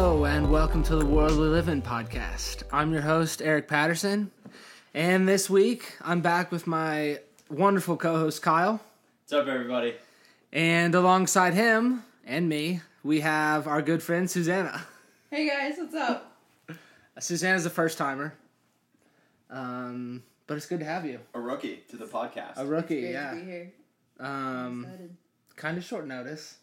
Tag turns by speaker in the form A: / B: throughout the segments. A: Welcome to the World We Live in podcast. I'm your host, Eric Patterson. And this week, I'm back with my wonderful co host, Kyle.
B: What's up, everybody?
A: And alongside him and me, we have our good friend, Susanna. Uh,
C: Hey guys, what's up?
A: Susanna's a first timer. Um, but it's good to have you.
B: A rookie to the podcast.
A: A rookie,
C: Great to
A: yeah.
C: be here. I'm
A: Um,
C: excited.
A: kind of short notice.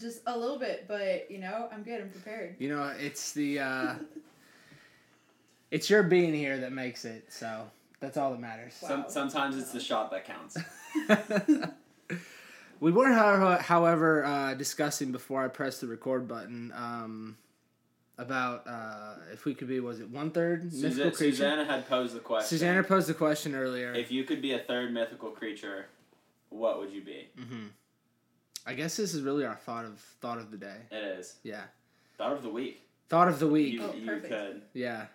C: Just a little bit, but you know, I'm good. I'm prepared.
A: You know, it's the uh, it's your being here that makes it. So that's all that matters.
B: Some,
C: Wow.
B: sometimes it's the shot that counts.
A: we were, how- however, uh, discussing before I pressed the record button um, about uh, if we could be was it one third mythical
B: Susa-
A: creature.
B: Susanna had posed the question.
A: Susanna posed the question earlier.
B: if you could be a third mythical creature, what would you be?
A: hmm I guess this is really our thought of thought of the day.
B: It is
A: Yeah,
B: thought of the week.
A: thought of the week.
B: You,
C: Oh,
B: you
C: perfect.
B: could.
A: Yeah.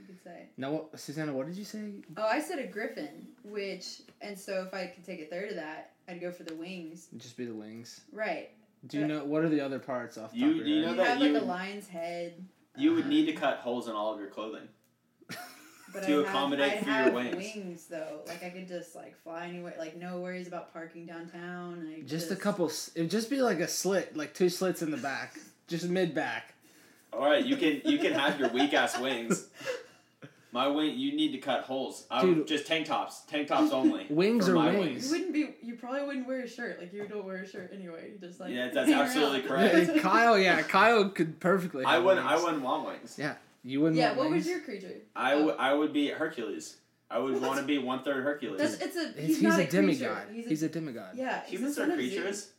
C: You could say.
A: No, what, Susanna, what did you say?
C: Oh, I said a griffin, which, and so if I could take a third of that, I'd go for the wings.
A: Just be the wings.
C: Right.
A: Do you know what are the other parts off? the
B: You-
A: top of your
B: you
A: head?
B: know
C: You'd
B: that
C: have
B: you-
C: like a lion's head,
B: You would
A: Uh-huh.
B: need to cut holes in all of your clothing.
C: but
B: To
C: I
B: accommodate
C: have,
B: for
C: I
B: your
C: have
B: wings.
C: though. Like I could just like fly anywhere. Like no worries about parking downtown. I
A: Just a couple. s- It would just be like a slit, like two slits in the back, just mid back.
B: All right, you can you can have your weak ass wings. My wing, you need to cut holes. I
A: Dude.
B: would, just tank tops, tank tops only.
A: Wings
B: for
A: are
B: my
A: wings.
C: You wouldn't be. You probably wouldn't wear a shirt. Like you don't wear a shirt anyway. You just like.
B: Yeah, that's
C: hang
B: absolutely
C: around.
B: correct.
A: Yeah, Kyle, yeah, Kyle could perfectly.
B: I
A: have
B: wouldn't. I
A: wings.
B: wouldn't want wings.
A: Yeah, you wouldn't.
C: Yeah.
A: want
C: What
A: wings?
C: was your creature?
B: I, w- I would be Hercules. I would
C: What?
B: want to be one third Hercules.
C: That's, it's a.
A: He's,
C: He's,
A: he's
C: not
A: a,
C: a, creature.
A: demigod. He's a, demigod.
C: Yeah, he's
B: Humans
C: the
B: are
C: son of Zeus.
B: creatures.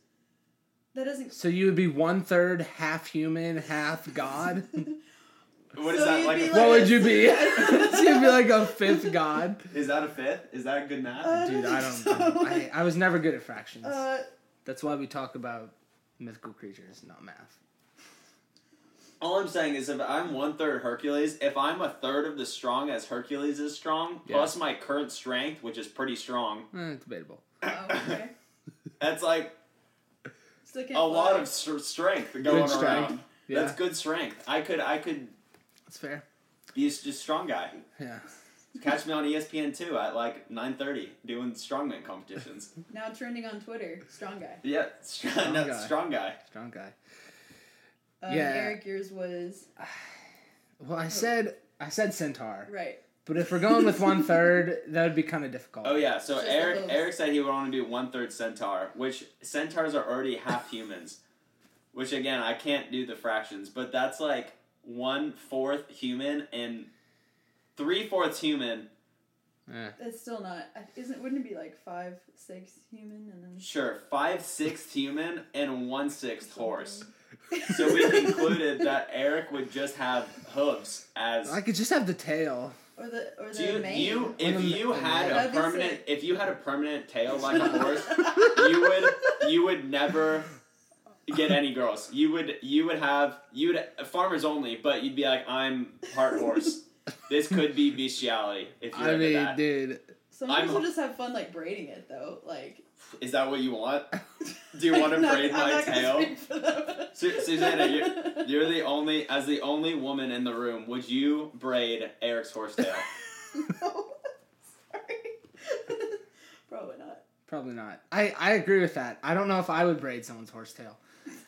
C: That doesn't.
A: So you would be one third half human, half god.
B: What is
C: So
B: that
C: you'd
B: like?
C: be
B: a-
A: what
C: like-
A: would you be? so you'd be like a fifth god.
B: Is that a fifth? Is that good math?
C: Uh, I don't
A: Dude, I don't.
C: think so.
A: I, I was never good at fractions.
C: Uh,
A: That's why we talk about mythical creatures, not math.
B: All I'm saying is, if I'm one third Hercules, if I'm a third of the strong as Hercules is strong,
A: Yeah.
B: plus my current strength, which is pretty strong,
A: Eh, debatable.
C: oh, okay.
B: that's like
C: Still can't
B: a lot
C: fly.
B: of str strength going
A: strength.
B: around.
A: Yeah,
B: That's good strength. I could I could
A: that's fair.
B: be a s- just strong guy.
A: Yeah.
B: Catch me on E ESPN two at like nine thirty doing strongman competitions.
C: now trending on Twitter. Strong guy.
B: yeah, str-
A: Strong
B: no,
A: guy.
B: strong guy.
A: Strong guy.
C: Um,
A: Yeah.
C: Eric, yours was
A: Well, I said I said centaur,
C: right.
A: but if we're going with one third, that would be kind of difficult.
B: Oh yeah, so
C: Just the
B: Eric
C: hooves.
B: Eric said he would want to do one third centaur, which centaurs are already half humans. Which again, I can't do the fractions, but that's like one fourth human and three fourths human.
A: Yeah.
C: That's still not. Isn't? Wouldn't it be like five, six human, and then
B: Sure, five sixths human and one sixth horse. So we concluded that Eric would just have hooves as.
A: I could just have the tail.
C: or the or
B: Do
C: the
B: you,
C: mane.
B: you
A: Or
B: if
A: the-
B: you
A: the
B: had
C: mane.
B: a
C: That'd be
B: permanent
C: sick.
B: if you had a permanent tail like a horse, you would you would never get any girls. You would you would have you would farmers only, but you'd be like I'm part horse. this could be bestiality if you're
A: I
B: into
A: mean,
B: that.
A: dude,
C: Some
B: I'm-
C: people just have fun like braiding it though. Like.
B: Is that what you want? Do you want to
C: I'm not-
B: braid
C: I'm
B: my
C: not gonna
B: tail?
C: speak for them.
B: Su- Susanna, you're, you're the only as the only woman in the room. Would you braid Eric's horse tail?
C: No. Sorry. Probably not.
A: probably not. I, I agree with that. I don't know if I would braid someone's horsetail.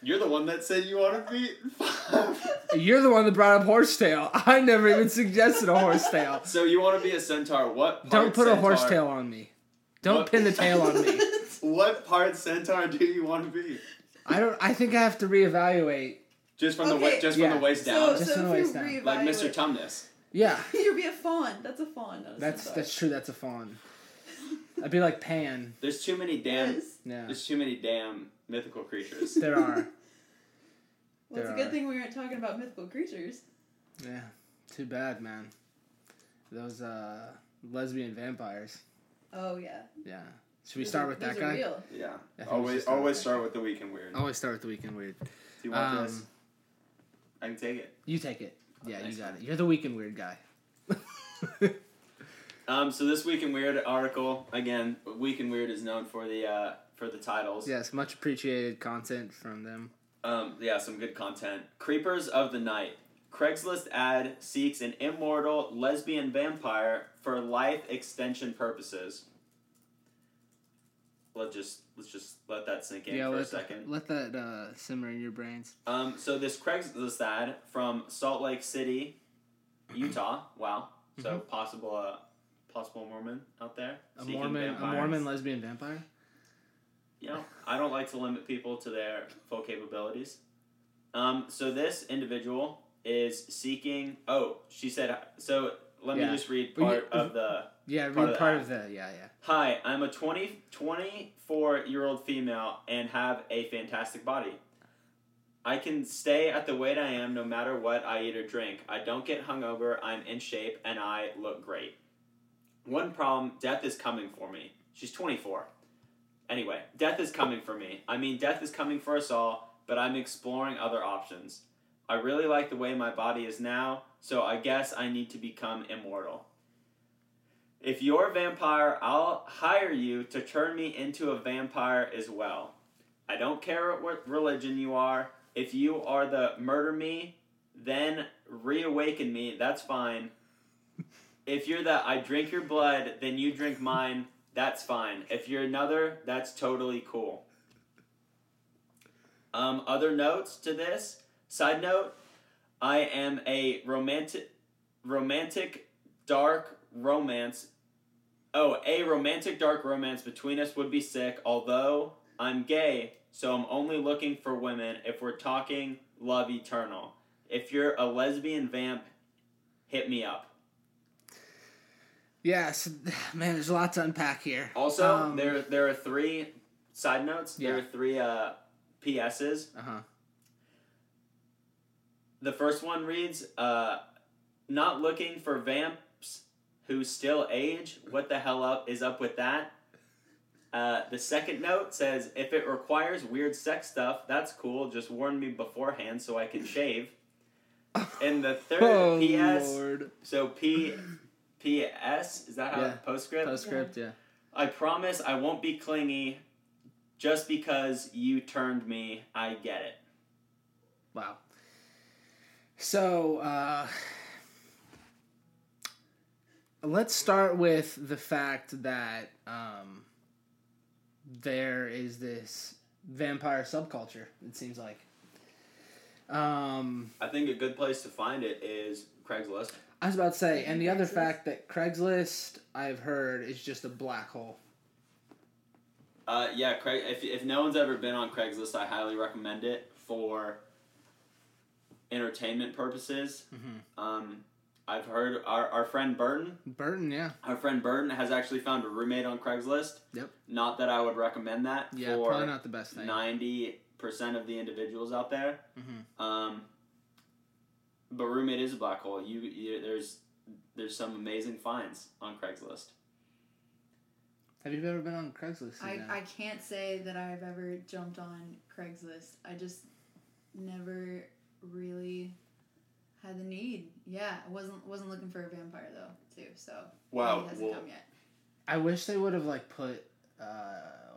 B: You're the one that said you want to be five.
A: You're the one that brought up horsetail. I never even suggested a horsetail.
B: So you want to be a centaur? What? Part
A: Don't put a
B: centaur,
A: horsetail on me. Don't
B: What?
A: pin the tail on me.
B: What part centaur do you want to be?
A: I don't. I think I have to reevaluate.
B: Just from the
C: Okay,
B: wa- just
A: yeah.
B: from the waist
C: So,
B: down,
A: Just an
C: so if
A: always
C: you
A: down.
C: reevaluate,
B: like Mr. Tumnus.
A: Yeah,
C: you'd be a fawn. That's a fawn. Not a
A: that's
C: centaur.
A: that's true. That's a fawn. I'd be like Pan.
B: There's too many damn.
C: Yes.
A: Yeah,
B: There's too many damn mythical creatures.
A: there are.
C: Well, it's a
A: There
C: good
A: are.
C: thing we weren't talking about mythical creatures.
A: Yeah, too bad, man. Those uh, lesbian vampires.
C: Oh yeah.
A: Yeah. Should we start with that guy?
C: Real.
B: yeah.
A: I think we should
B: Always
A: start
B: always
A: with
B: start with the weak and weird.
A: I always start with the weekend weird.
B: Do you want this?
A: Oh, Um,
B: I can take it.
A: You take it. Yeah,
B: Nice.
A: you got it. You're the weekend weird guy.
B: Um, so this week in weird article again. Week in weird is known for the uh, for the titles.
A: yes, much appreciated content from them.
B: Um, yeah, some good content. Creepers of the night. Craigslist ad seeks an immortal lesbian vampire for life extension purposes. Let's just let's just let that sink in
A: yeah,
B: for a
A: let,
B: second.
A: let that uh, simmer in your brains.
B: Um, so this Craigslist ad from Salt Lake City, Utah. Wow. So possible uh, possible Mormon out there.
A: Mm-hmm. A
B: seeking
A: Mormon, a
B: vampires.
A: Mormon lesbian vampire.
B: You know, I don't like to limit people to their full capabilities. Um, so this individual is seeking. Oh, she said. So let
A: Yeah.
B: me just read
A: But you-
B: part of the.
A: Yeah,
B: Part
A: part,
B: of
A: read
B: the
A: part
B: ad.
A: of the yeah, yeah.
B: Hi, I'm a 20, 24 year old female and have a fantastic body. I can stay at the weight I am no matter what I eat or drink. I don't get hungover, I'm in shape, and I look great. One problem death is coming for me. She's 24. Anyway, death is coming for me. I mean, death is coming for us all, but I'm exploring other options. I really like the way my body is now, so I guess I need to become immortal. If you're a vampire, I'll hire you to turn me into a vampire as well. I don't care what religion you are. If you are the murder me, then reawaken me, that's fine. If you're the I drink your blood, then you drink mine, that's fine. If you're another, that's totally cool. Um, other notes to this side note I am a romantic, romantic dark romance. Oh, a romantic dark romance between us would be sick, although I'm gay, so I'm only looking for women if we're talking love eternal. If you're a lesbian vamp, hit me up.
A: Yeah, so, man, there's a lot to unpack here.
B: Also,
A: Um,
B: there there are three side notes. There
A: Yeah.
B: are three uh, PSs.
A: Uh-huh.
B: The first one reads, uh, "Not looking for vamps who still age. What the hell up is up with that?" Uh, the second note says, "If it requires weird sex stuff, that's cool. Just warn me beforehand so I can shave." And the third
A: Oh
B: PS,
A: Lord.
B: so P, PS is that how
A: Yeah.
B: postscript?
A: Postscript, yeah.
B: I promise I won't be clingy. Just because you turned me, I get it.
A: Wow. So, uh, let's start with the fact that um, there is this vampire subculture, it seems like. Um,
B: I think a good place to find it is Craigslist.
A: I was about to say, and the other
C: Craigslist?
A: fact that Craigslist, I've heard, is just a black hole.
B: Uh, yeah, Craig. If, if no one's ever been on Craigslist, I highly recommend it for entertainment purposes.
A: Mhm.
B: Um, I've heard our, our friend Burton.
A: Burton, yeah.
B: Our friend Burton has actually found a roommate on Craigslist.
A: Yep.
B: Not that I would recommend that
A: Yeah, probably
B: for
A: not the best thing.
B: ninety percent of the individuals out there.
A: Mhm.
B: Um, but roommate is a black hole. You, you there's there's some amazing finds on Craigslist.
A: Have you ever been on Craigslist?
C: I,
A: Suzanne?
C: I can't say that I've ever jumped on Craigslist. I just never really had the need. Yeah, I wasn't wasn't looking for a vampire though too. So he hasn't come yet.
A: I wish they would have like put. Uh,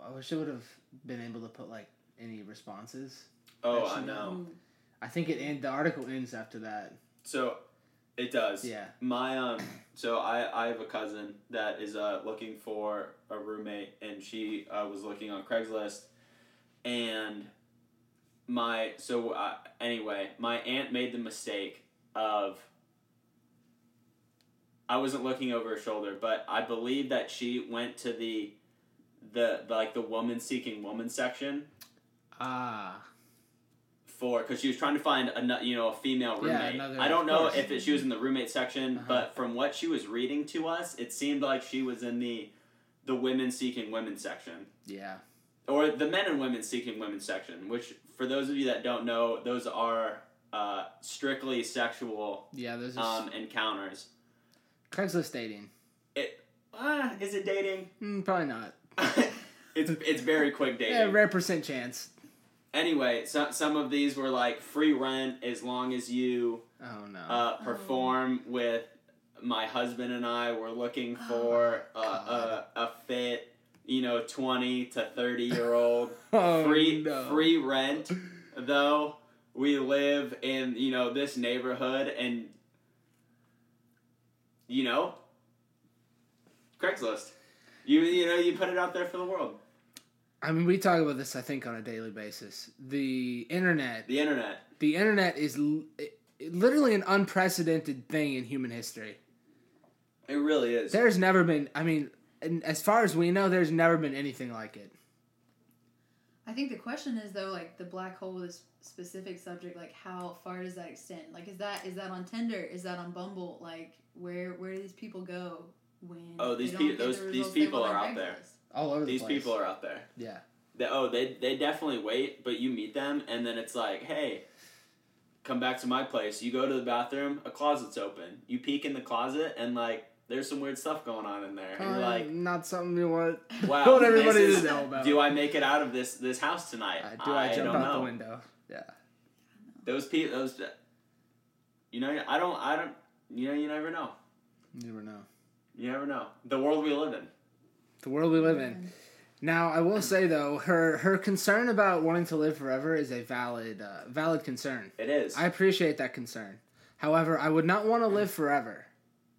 A: I wish they would have been able to put like any responses.
B: Oh, I
A: Actually,
C: um, Mm.
B: know.
A: I think it end the article ends after that.
B: So it does.
A: Yeah.
B: My um, so I I have a cousin that is uh looking for a roommate, and she uh, was looking on Craigslist, and my so uh, anyway, my aunt made the mistake of. I wasn't looking over her shoulder, but I believe that she went to the, the like the woman seeking woman section
A: Ah.
B: for because she was trying to find a you know a female
A: Yeah,
B: roommate.
A: another-
B: I don't
A: of
B: know
A: course.
B: if it, she was in the roommate section,
A: Uh-huh.
B: but from what she was reading to us, it seemed like she was in the the women seeking women section
A: yeah.
B: or the men and women seeking women section. Which for those of you that don't know, those are uh, strictly sexual
A: Yeah. There's this
B: um, encounters.
A: Craigslist dating.
B: Ah, is it dating?
A: Mm, probably not.
B: it's it's very quick dating.
A: Yeah, rare percent chance.
B: Anyway, so, some of these were like free rent as long as you.
A: Oh no.
B: uh, perform with my husband and I were looking
A: Oh
B: for a, a, a fit, you know, 20 to 30 year old.
A: oh
B: free
A: no.
B: free rent though we live in you know this neighborhood and you know Craigslist. You you know you put it out there for the world.
A: I mean, we talk about this, I think, on a daily basis. The internet,
B: The internet.
A: the internet is l- it- it literally an unprecedented thing in human history.
B: It really is.
A: There's never been, I mean, and as far as we know, there's never been anything like it.
C: I think the question is though, like the black hole with this specific subject, like how far does that extend? Like, is that is that on Tinder? Is that on Bumble? Like, where where do these people go when?
B: Oh, these
C: they
B: peo-
C: don't get the
B: those- these
C: results they
B: people
C: want
B: are
C: on
B: out there.
C: Craigslist?
A: All over
B: These
A: the place.
B: people are out there.
A: Yeah.
B: They, oh, they they definitely wait, but you meet them, and then it's like, hey, come back to my place. You go to the bathroom, a closet's open. You peek in the closet, and like, there's some weird stuff going on in there. And
A: Um,
B: you're like,
A: not something you want.
B: wow,
A: want
B: this
A: everybody
B: is-
A: to know about.
B: Do I make it out of this this house tonight?
A: Uh, do I, jump
B: don't
A: out
B: know.
A: the window? Yeah.
B: Those people, those, you know, I don't, I don't, you know, you never know.
A: You never know.
B: You never know. The world we live in.
A: The world we live in. Now, I will say though, her her concern about wanting to live forever is a valid uh, valid concern.
B: It is.
A: I appreciate that concern. However, I would not want to live forever.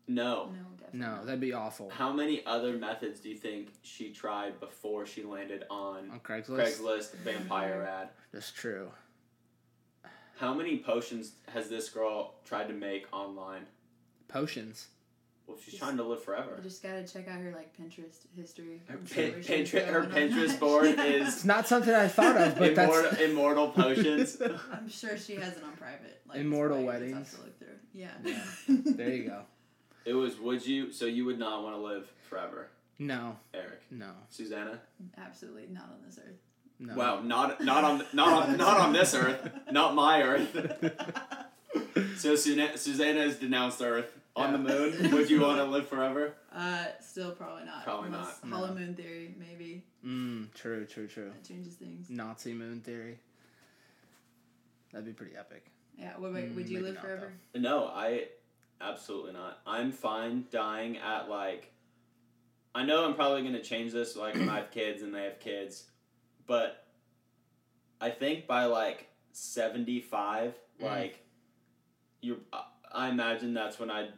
B: no.
C: No, definitely.
A: No,
C: not.
A: that'd be awful.
B: How many other methods do you think she tried before she landed on
A: On Craigslist,
B: Craigslist vampire ad?
A: that's true.
B: How many potions has this girl tried to make online?
A: Potions.
B: Well, she's trying to live
C: You
B: forever.
C: just gotta check out her like Pinterest history.
B: Her,
C: I'm sure
B: pin,
C: where she's
B: Pinterest, her
C: going on
B: Pinterest
C: that.
B: board is
A: It's not something I thought of, but
B: immortal,
A: that's
B: immortal potions.
C: I'm sure she has it on private. Like,
A: Immortal
C: it's probably tough
A: weddings.
C: to look through. Yeah.
A: there you go.
B: It was would you? So you would not want to live forever,
A: No,
B: Eric,
A: no,
B: Susanna.
C: Absolutely not on this earth.
A: no.
B: Wow, not not on not on, not on this earth, not my earth. so Suzanna, Susanna has denounced Earth on the moon. Would you want to live forever?
C: Uh, still probably not.
B: Probably
C: Unless
A: not. No.
C: Hollow moon theory, maybe
A: Mm, true, true, true.
C: that changes things.
A: Nazi moon theory. That'd be pretty epic.
C: Yeah. What about?
A: Mm,
C: would you
A: maybe
C: live
A: not,
C: forever?
B: No, I absolutely not. I'm fine dying at like. I know I'm probably gonna change this like when I have kids and they have kids, but I think by like 75,
A: Mm.
B: like you, I- I imagine that's when I.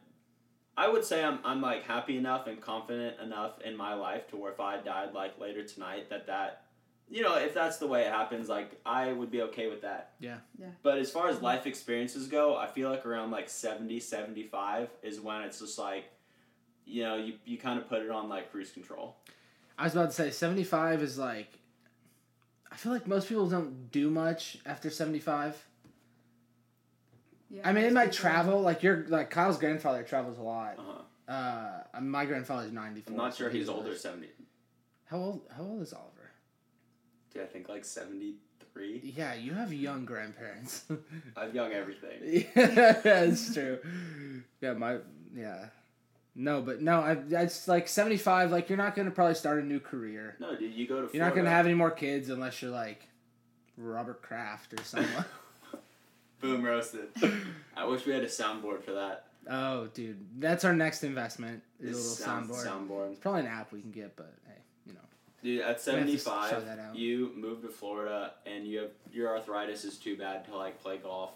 B: I would say I'm I'm like happy enough and confident enough in my life to where if I died like later tonight that that you know if that's the way it happens like I would be okay with that.
A: Yeah.
C: Yeah.
B: But as far as life experiences go, I feel like around like 70, 75 is when it's just like you know, you, you kind of put it on like cruise control.
A: I was about to say seventy five is like. I feel like most people don't do much after seventy five.
C: Yeah.
A: I mean, they
C: most
A: might
C: people-
A: travel. Like your like Kyle's grandfather travels a lot.
B: Uh-huh.
A: Uh, my grandfather's ninety four.
B: I'm not sure he's older 70.
A: How old? How old is Oliver?
B: Dude, I think like 73.
A: Yeah, you have young grandparents.
B: I've young everything.
A: yeah, that's true. Yeah, my yeah. No, but no, I that's like seventy five. Like you're not gonna probably start a new career.
B: No, dude, you go to
A: You're not gonna
B: Florida.
A: have any more kids unless you're like Robert Kraft or someone.
B: Boom roasted. I wish we had a soundboard for that.
A: oh, dude, that's our next investment. Is a
B: This
A: little
B: sound-
A: soundboard.
B: soundboard.
A: It's probably an app we can get, but hey, you know.
B: Dude, at
A: have to s- show
B: 75,
A: that out.
B: you move to Florida and you have your arthritis is too bad to like play golf.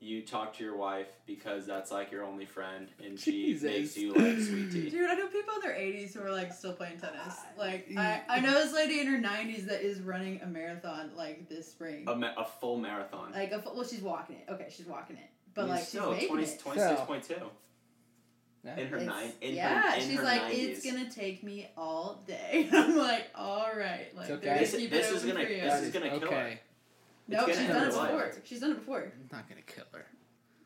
B: You talk to your wife because that's like your only friend and she
A: Jesus.
B: makes you like sweet tea.
C: Dude, I know people in their 80s who are like still playing tennis.
A: Uh,
C: Like, I, I know this lady in her 90s that is running a marathon like this spring.
B: A, ma- a full marathon.
C: like, a, well, she's walking it. Okay, she's walking it, but
B: I mean,
C: like she's
B: still,
C: making
B: 20
C: it.
B: 26.2
A: Yeah.
B: in her
C: It's-
B: nine in
C: yeah,
B: her, in
C: she's
B: her
C: like,
B: 90s.
C: it's gonna take me all day. I'm like, all right,
A: It's
C: like they're
A: okay.
C: gonna
A: This-
C: keep
B: this
C: it
B: is
C: open
B: gonna-
C: for you.
B: this is gonna kill
A: okay.
C: no,
B: it's
C: she's
B: gonna
C: done it
B: hurt her
C: before.
B: life.
C: She's done it before.
A: I'm not gonna kill her.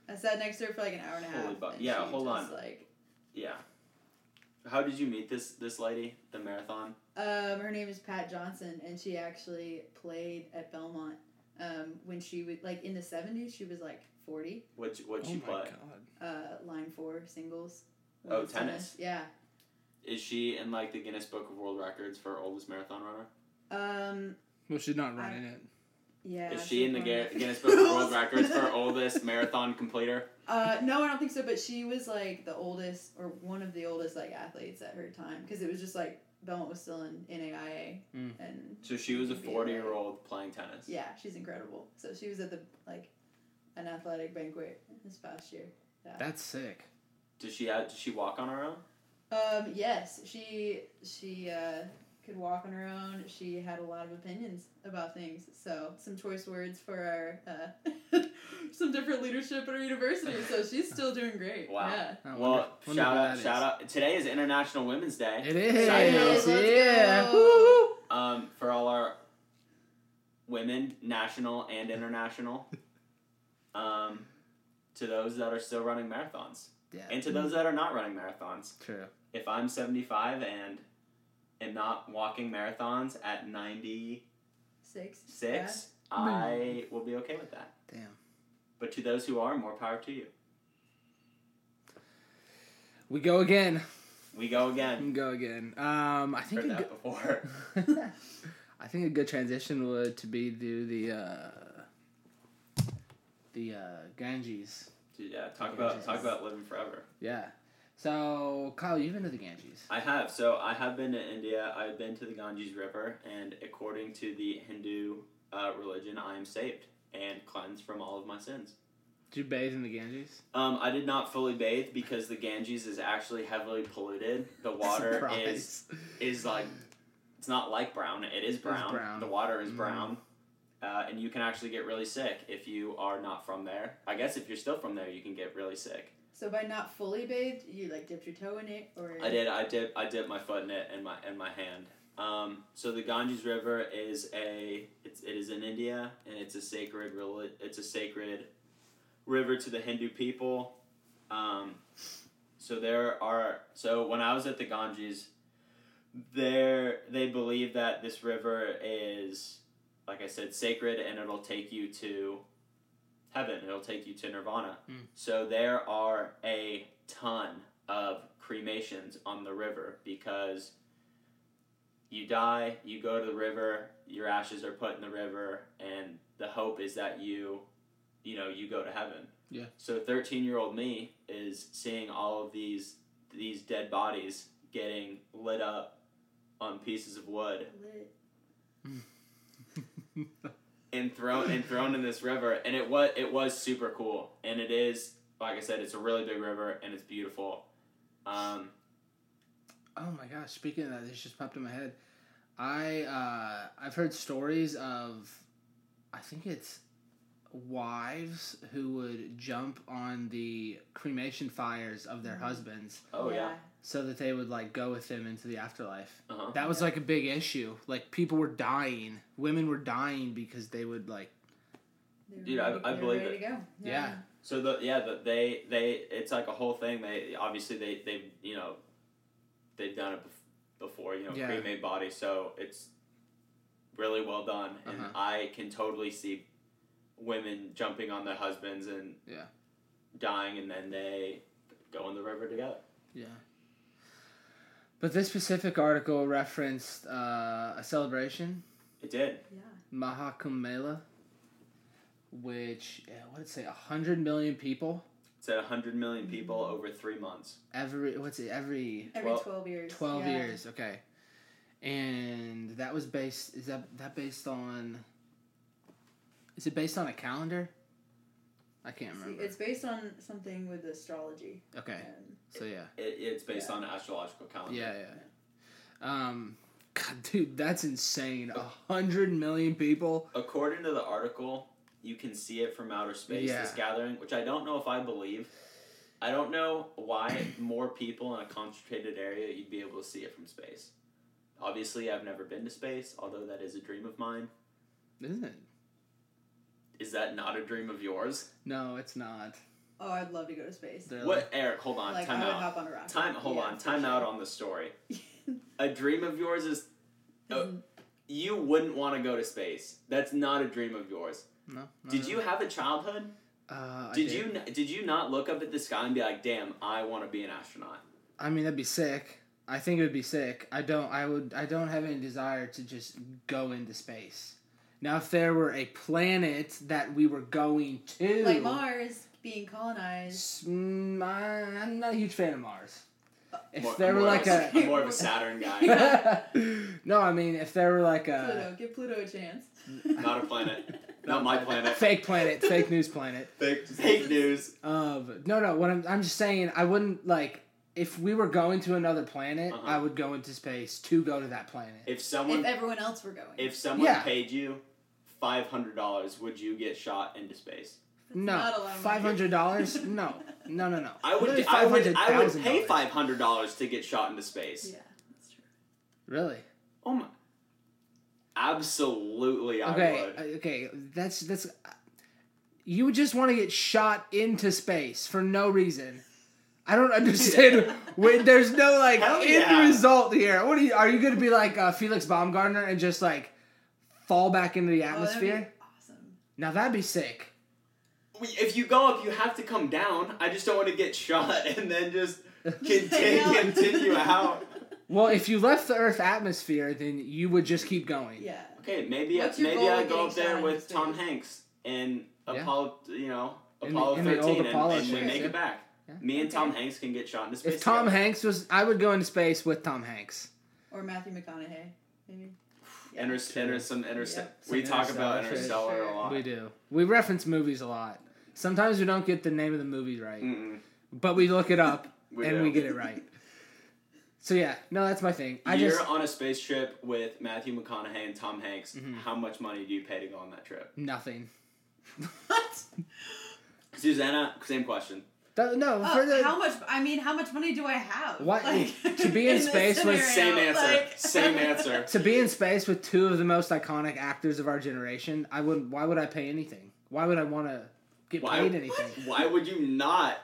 C: I sat next to her for like an hour and a half.
B: Holy bu-
C: and
B: yeah,
C: she
B: hold
C: just,
B: on.
C: Like,
B: yeah. How did you meet this this lady? The marathon.
C: Um, her name is Pat Johnson, and she actually played at Belmont. Um, when she was like in the seventies, she was like forty.
B: What what
A: oh
B: she
A: my
B: play?
A: god.
C: Uh, line four singles.
B: Oh,
C: women's
B: tennis.
C: Yeah.
B: Is she in like the Guinness Book of World Records for oldest marathon runner?
C: Um.
A: Well, she's not running it.
C: Yeah.
B: Is she in the Ga-
C: probably-
B: Guinness Book of World Records for oldest marathon completer?
C: Uh, no, I don't think so. But she was like the oldest, or one of the oldest, like athletes at her time, because it was just like Belmont was still in NAIA,
A: Mm.
C: and
B: So she was a
C: Maybe, like-
B: 40 year old playing tennis.
C: yeah, she's incredible. So she was at the like an athletic banquet this past year.
A: That's sick.
B: Did she have, did she walk on her own?
C: Um, yes, she she uh, could walk on her own. She had a lot of opinions about things. So some choice words for our uh, some different leadership at our university. So she's still doing great.
B: Wow.
C: Yeah.
A: I
B: well,
A: wonder- wonder
B: shout
A: who
B: out,
A: that
B: shout
A: is.
B: out. Today is International Women's Day.
A: It is.
B: Side note.
C: Let's go.
A: Yeah. Woo-hoo.
B: Um, for all our women, national and international. Um, to those that are still running marathons,
A: Yeah.
B: and to those that are not running marathons.
A: True.
B: If I'm 75 and am not walking marathons at 96,
C: Six.
B: I will be okay with that.
A: Damn.
B: But to those who are, more power to you.
A: We go again.
B: We go again.
A: We go again. Um, I think.
B: Heard
A: a
B: that before.
A: good- I think a good transition would to be do the uh, the uh, Ganges.
B: Yeah, talk about talk about living forever.
A: Yeah. So Kyle, you've been to the Ganges.
B: I have. So I have been to India. I've been to the Ganges River, and according to the Hindu uh, religion, I am saved and cleansed from all of my sins.
A: Did you bathe in the Ganges?
B: Um, I did not fully bathe because the Ganges is actually heavily polluted. The water is
A: Surprise.
B: is like it's not like brown. It is brown.
A: brown.
B: The water is
A: Mm.
B: brown, uh, and you can actually get really sick if you are not from there. I guess if you're still from there, you can get really sick.
C: So by not fully bathed, you like dipped your toe in it, or
B: I did. I dip. I dipped my foot in it and my and my hand. Um, so the Ganges River is a. It's, it is in India and it's a sacred. reli- It's a sacred river to the Hindu people. Um, so there are. So when I was at the Ganges, there they believe that this river is, like I said, sacred and it'll take you to heaven. It'll take you to nirvana.
A: Mm.
B: So there are a ton of cremations on the river because you die, you go to the river, your ashes are put in the river, and the hope is that you, you know, you go to heaven.
A: Yeah.
B: So thirteen year old me is seeing all of these these dead bodies getting lit up on pieces of wood
C: Lit.
B: and thrown and thrown in this river and it was it was super cool and it is like i said it's a really big river and it's beautiful um
A: Oh my gosh! Speaking of that, this just popped in my head. I uh, I've heard stories of, I think it's wives who would jump on the cremation fires of their husbands
B: oh yeah,
A: so that they would like go with them into the afterlife.
B: uh-huh
A: That was like a big issue. Like people were dying, women were dying because they would like
C: They were
B: Dude, I-
C: ready-
B: I
C: they were
B: believe
C: ready
B: it.
C: To go.
A: Yeah.
B: so the yeah the, they they it's like a whole thing they obviously they they you know they've done it bef- before you know
A: Yeah.
B: cremate body so it's really well done and
A: Uh-huh.
B: i can totally see women jumping on their husbands and
A: Yeah.
B: dying and then they go in the river together
A: Yeah. But this specific article referenced uh, a celebration,
B: it did
C: Yeah.
A: Mahakumbh Mela, which, yeah, what did it say, 100 million people
B: It's at 100 million people
C: Mm-hmm.
B: over three months.
A: every, what's it, every
C: Every
B: Twelve-
C: twelve years.
A: 12
C: yeah.
A: years, okay. And that was based, is that, that based on, is it based on a calendar? I can't
C: See,
A: remember.
C: it's based on something with astrology.
A: okay,
C: Um,
A: so yeah.
B: It, it's based
C: Yeah.
B: on an astrological calendar.
A: Yeah, yeah. Um, God, dude, that's insane. A 100 million people.
B: According to the article, you can see it from outer space, this
A: Yeah.
B: gathering, which I don't know if I believe. I don't know why more people in a concentrated area you'd be able to see it from space. Obviously, I've never been to space, although that is a dream of mine.
A: Isn't it?
B: Is that not a dream of yours?
A: No, it's not.
C: oh, I'd love to go to space.
A: They're
B: What, Eric? Hold on,
C: like
B: time
C: I would
B: out.
C: hop on a rocket.
B: Time, hold
C: Yeah,
B: on,
C: for
B: time
C: sure.
B: out on the story. A dream of yours is
C: Mm-hmm.
B: Oh. you wouldn't want to go to space. That's not a dream of yours.
A: like- no, no,
B: Did
A: no.
B: you have a childhood?
A: Uh, I
B: Did you n- did you not look up at the sky and be like, "Damn, I want to be an astronaut"?
A: I mean, that'd be sick. I think it would be sick. I don't. I would. I don't have any desire to just go into space. Now, if there were a planet that we were going to,
C: like Mars being colonized.
A: s- mm, I- I'm not a huge fan of Mars. If
B: More-
A: there
B: I'm
A: were
B: more
A: like
B: of
A: a
B: I'm more of a Saturn guy,
A: no, I mean if there were like a
C: Pluto, give Pluto a chance.
B: not a planet, not my planet.
A: fake planet, fake news planet.
B: Fake, fake news.
A: Um, no, no. What I'm I'm just saying, I wouldn't like if we were going to another planet,
B: Uh-huh.
A: I would go into space to go to that planet.
B: If someone
C: If everyone else were going,
B: If someone
A: Yeah.
B: paid you five hundred dollars, would you get shot into space?
A: No,
C: not a lot of money.
A: five hundred dollars? No, no, no, no.
B: I would.
A: Literally
B: I would. I would
A: $500,000.
B: pay five hundred dollars to get shot into space.
C: yeah, that's true.
A: Really?
B: Oh my! Absolutely, I
A: Okay,
B: would.
A: uh, okay. That's that's. You would just want to get shot into space for no reason. I don't understand. when there's no like
B: Hell
A: end
B: yeah.
A: result here. What are you? Are you going to be like uh, Felix Baumgartner and just like fall back into the
C: Oh, that'd
A: atmosphere?
C: be awesome.
A: Now that'd be sick.
B: We- If you go up, you have to come down. I just don't want to get shot and then just
C: Hang
B: continue,
C: out.
B: continue out.
A: Well, if you left the Earth atmosphere, then you would just keep going.
C: Yeah.
B: Okay, maybe
C: What's your
B: maybe
C: goal
B: I
C: with
B: go up
C: getting shot
B: there
C: into
B: with Tom
C: space?
B: Hanks and
A: Yeah.
B: Apollo. You know,
A: In the-
B: Apollo
A: in the old
B: thirteen, and-
A: Apollo
B: and, we
C: shows,
B: make
A: yeah.
B: it back.
A: Yeah.
B: Me and Tom
C: Okay.
B: Hanks can get shot into space.
A: If Tom
B: together.
A: Hanks was, I would go into space with Tom Hanks.
C: Or Matthew McConaughey, maybe. Yeah.
B: Enter, enter some interstellar.
C: Yep.
B: We
A: Some
B: talk about
A: interstellar
B: interstellar
C: shit.
B: a lot.
A: We do. We reference movies a lot. Sometimes we don't get the name of the movie right,
B: Mm-mm.
A: but we look it up
B: We
A: and
B: do.
A: we get it right. So yeah, no, that's my thing. I
B: You're
A: just
B: on a space trip with Matthew McConaughey and Tom Hanks.
A: Mhm.
B: How much money do you pay to go on that trip?
A: nothing.
C: What?
B: Susanna, same question.
A: Th- no,
C: Oh,
A: for the
C: how much? I mean, how much money do I have?
A: What- to be in
C: this
A: space with-
B: Same
C: scenario,
B: answer.
C: like-
B: Same answer.
A: to be in space with two of the most iconic actors of our generation, I would. Why would I pay anything? Why would I want to get
B: Why-
A: paid anything?
B: Why would you not?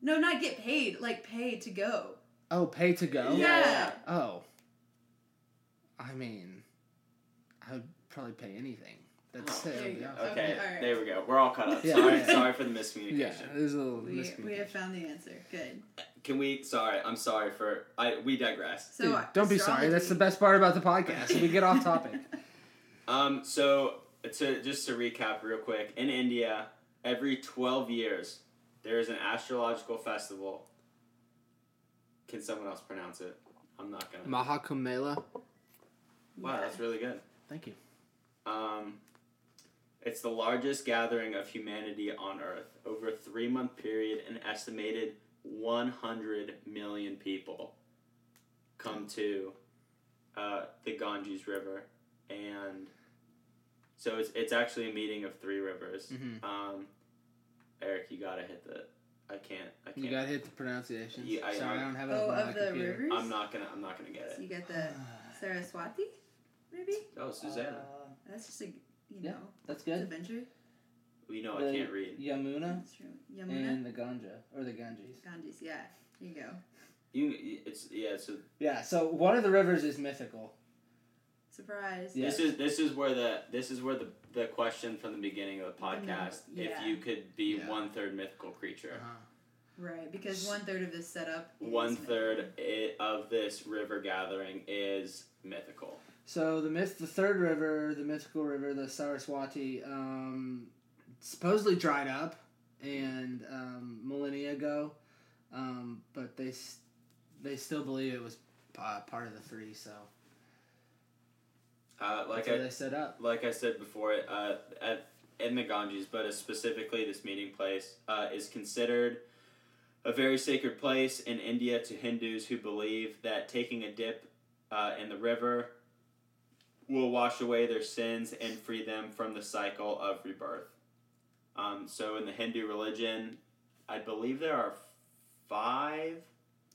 C: No, not get paid. Like pay to go.
A: Oh, pay to go.
C: Yeah.
A: Oh. I mean, I would probably pay anything. That's
B: Oh,
A: it.
C: there you
A: yeah.
C: go.
B: Okay,
C: Okay, alright.
B: there we go. We're all caught up.
A: Yeah.
B: sorry,
A: Yeah.
B: sorry for the miscommunication.
A: Yeah, there's a little
C: We, we have
A: miscommunication.
C: found the answer. Good.
B: Can we? Sorry, I'm sorry for. I we digress.
C: So
A: Dude, don't be sorry. That's the best part about the podcast. We get off topic.
B: Um. So to just to recap real quick, in India, every 12 years there is an astrological festival. Can someone else pronounce it? I'm not gonna.
A: Mahakumela.
B: Wow, that's really good.
A: Thank you.
B: Um, it's the largest gathering of humanity on Earth over a three month period. An estimated 100 million people come to uh, the Ganges River, and so it's it's actually a meeting of three rivers.
A: hmm
B: Um, Eric, you gotta hit the. I can't. I can't.
A: You gotta hit the pronunciation.
B: You- I-
A: Sorry, I don't have it up
C: Oh,
A: on my
C: of the
A: computer.
C: rivers.
B: I'm not gonna. I'm not gonna get
C: So
B: it.
C: you get the Saraswati, maybe.
B: Oh, Susanna,
A: Uh,
C: That's just a you know
A: Yeah, that's
C: it's
A: good.
C: adventure.
B: we know I
A: the
B: can't read.
A: Yamuna
C: That's true. Yamuna,
A: and the Ganja or the Ganges.
C: Ganges. Yeah, here you go.
B: You. It's yeah. So
A: Yeah. So one of the rivers is mythical.
C: Surprise.
A: Yeah.
B: This is this is where the this is where the the question from the beginning of the podcast.
C: No, yeah.
B: If you could be
A: Yeah.
B: one third mythical creature,
C: Right, because one third of this setup. is
B: one third i- of this river gathering is mythical.
A: So the myth, the third river, the mythical river, the Saraswati, um, supposedly dried up and um, millennia ago, um, but they s- they still believe it was uh, part of the three. So
B: Uh, like
A: that's what
B: I
A: they set up.
B: like I said before, uh, at in the Ganges, but uh, specifically this meeting place uh, is considered a very sacred place in India to Hindus who believe that taking a dip uh, in the river will wash away their sins and free them from the cycle of rebirth. Um, so in the Hindu religion, I believe there are five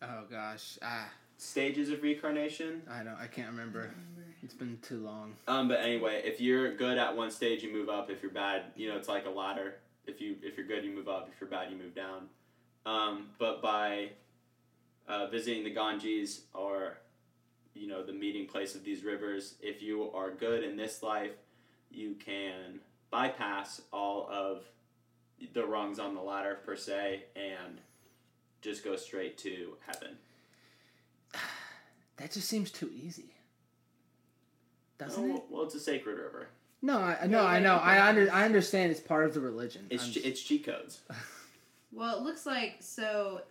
A: Oh gosh, ah,
B: stages of reincarnation.
A: I don't, I can't
C: I don't
A: remember.
C: remember.
A: It's been too long.
B: Um, but anyway, if you're good at one stage, you move up. If you're bad, you know it's like a ladder. If you if you're good, you move up. If you're bad, you move down. Um, but by uh, visiting the Ganges or you know the meeting place of these rivers, if you are good in this life, you can bypass all of the rungs on the ladder per se and just go straight to heaven.
A: That just seems too easy, doesn't
B: Oh, well,
A: it?
B: well, it's a sacred river.
A: No, I
C: Yeah,
A: no, I
C: yeah,
A: know.
C: yeah.
A: I under, I understand it's part of the religion.
B: It's
A: I'm-
B: it's cheat codes.
C: Well, it looks like so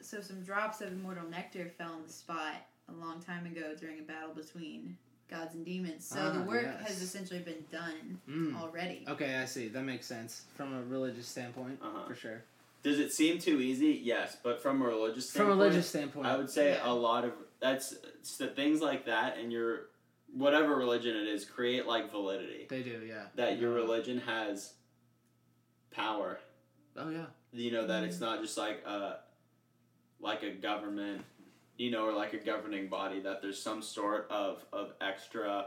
C: so some drops of immortal nectar fell on the spot a long time ago during a battle between gods and demons. So the
A: Ah,
C: work
A: yes.
C: has essentially been done
A: Mm.
C: already.
A: Okay, I see. That makes sense from a religious standpoint,
B: Uh-huh.
A: for sure.
B: Does it seem too easy? Yes, but from a religious
A: From a
B: standpoint,
A: religious standpoint,
B: I would say
C: Yeah.
B: a lot of that's it's the things like that and your whatever religion it is create like validity
A: they do. Yeah.
B: that your religion has power.
A: Oh yeah.
B: You know that it's not just like a like a government, you know, or like a governing body that there's some sort of of extra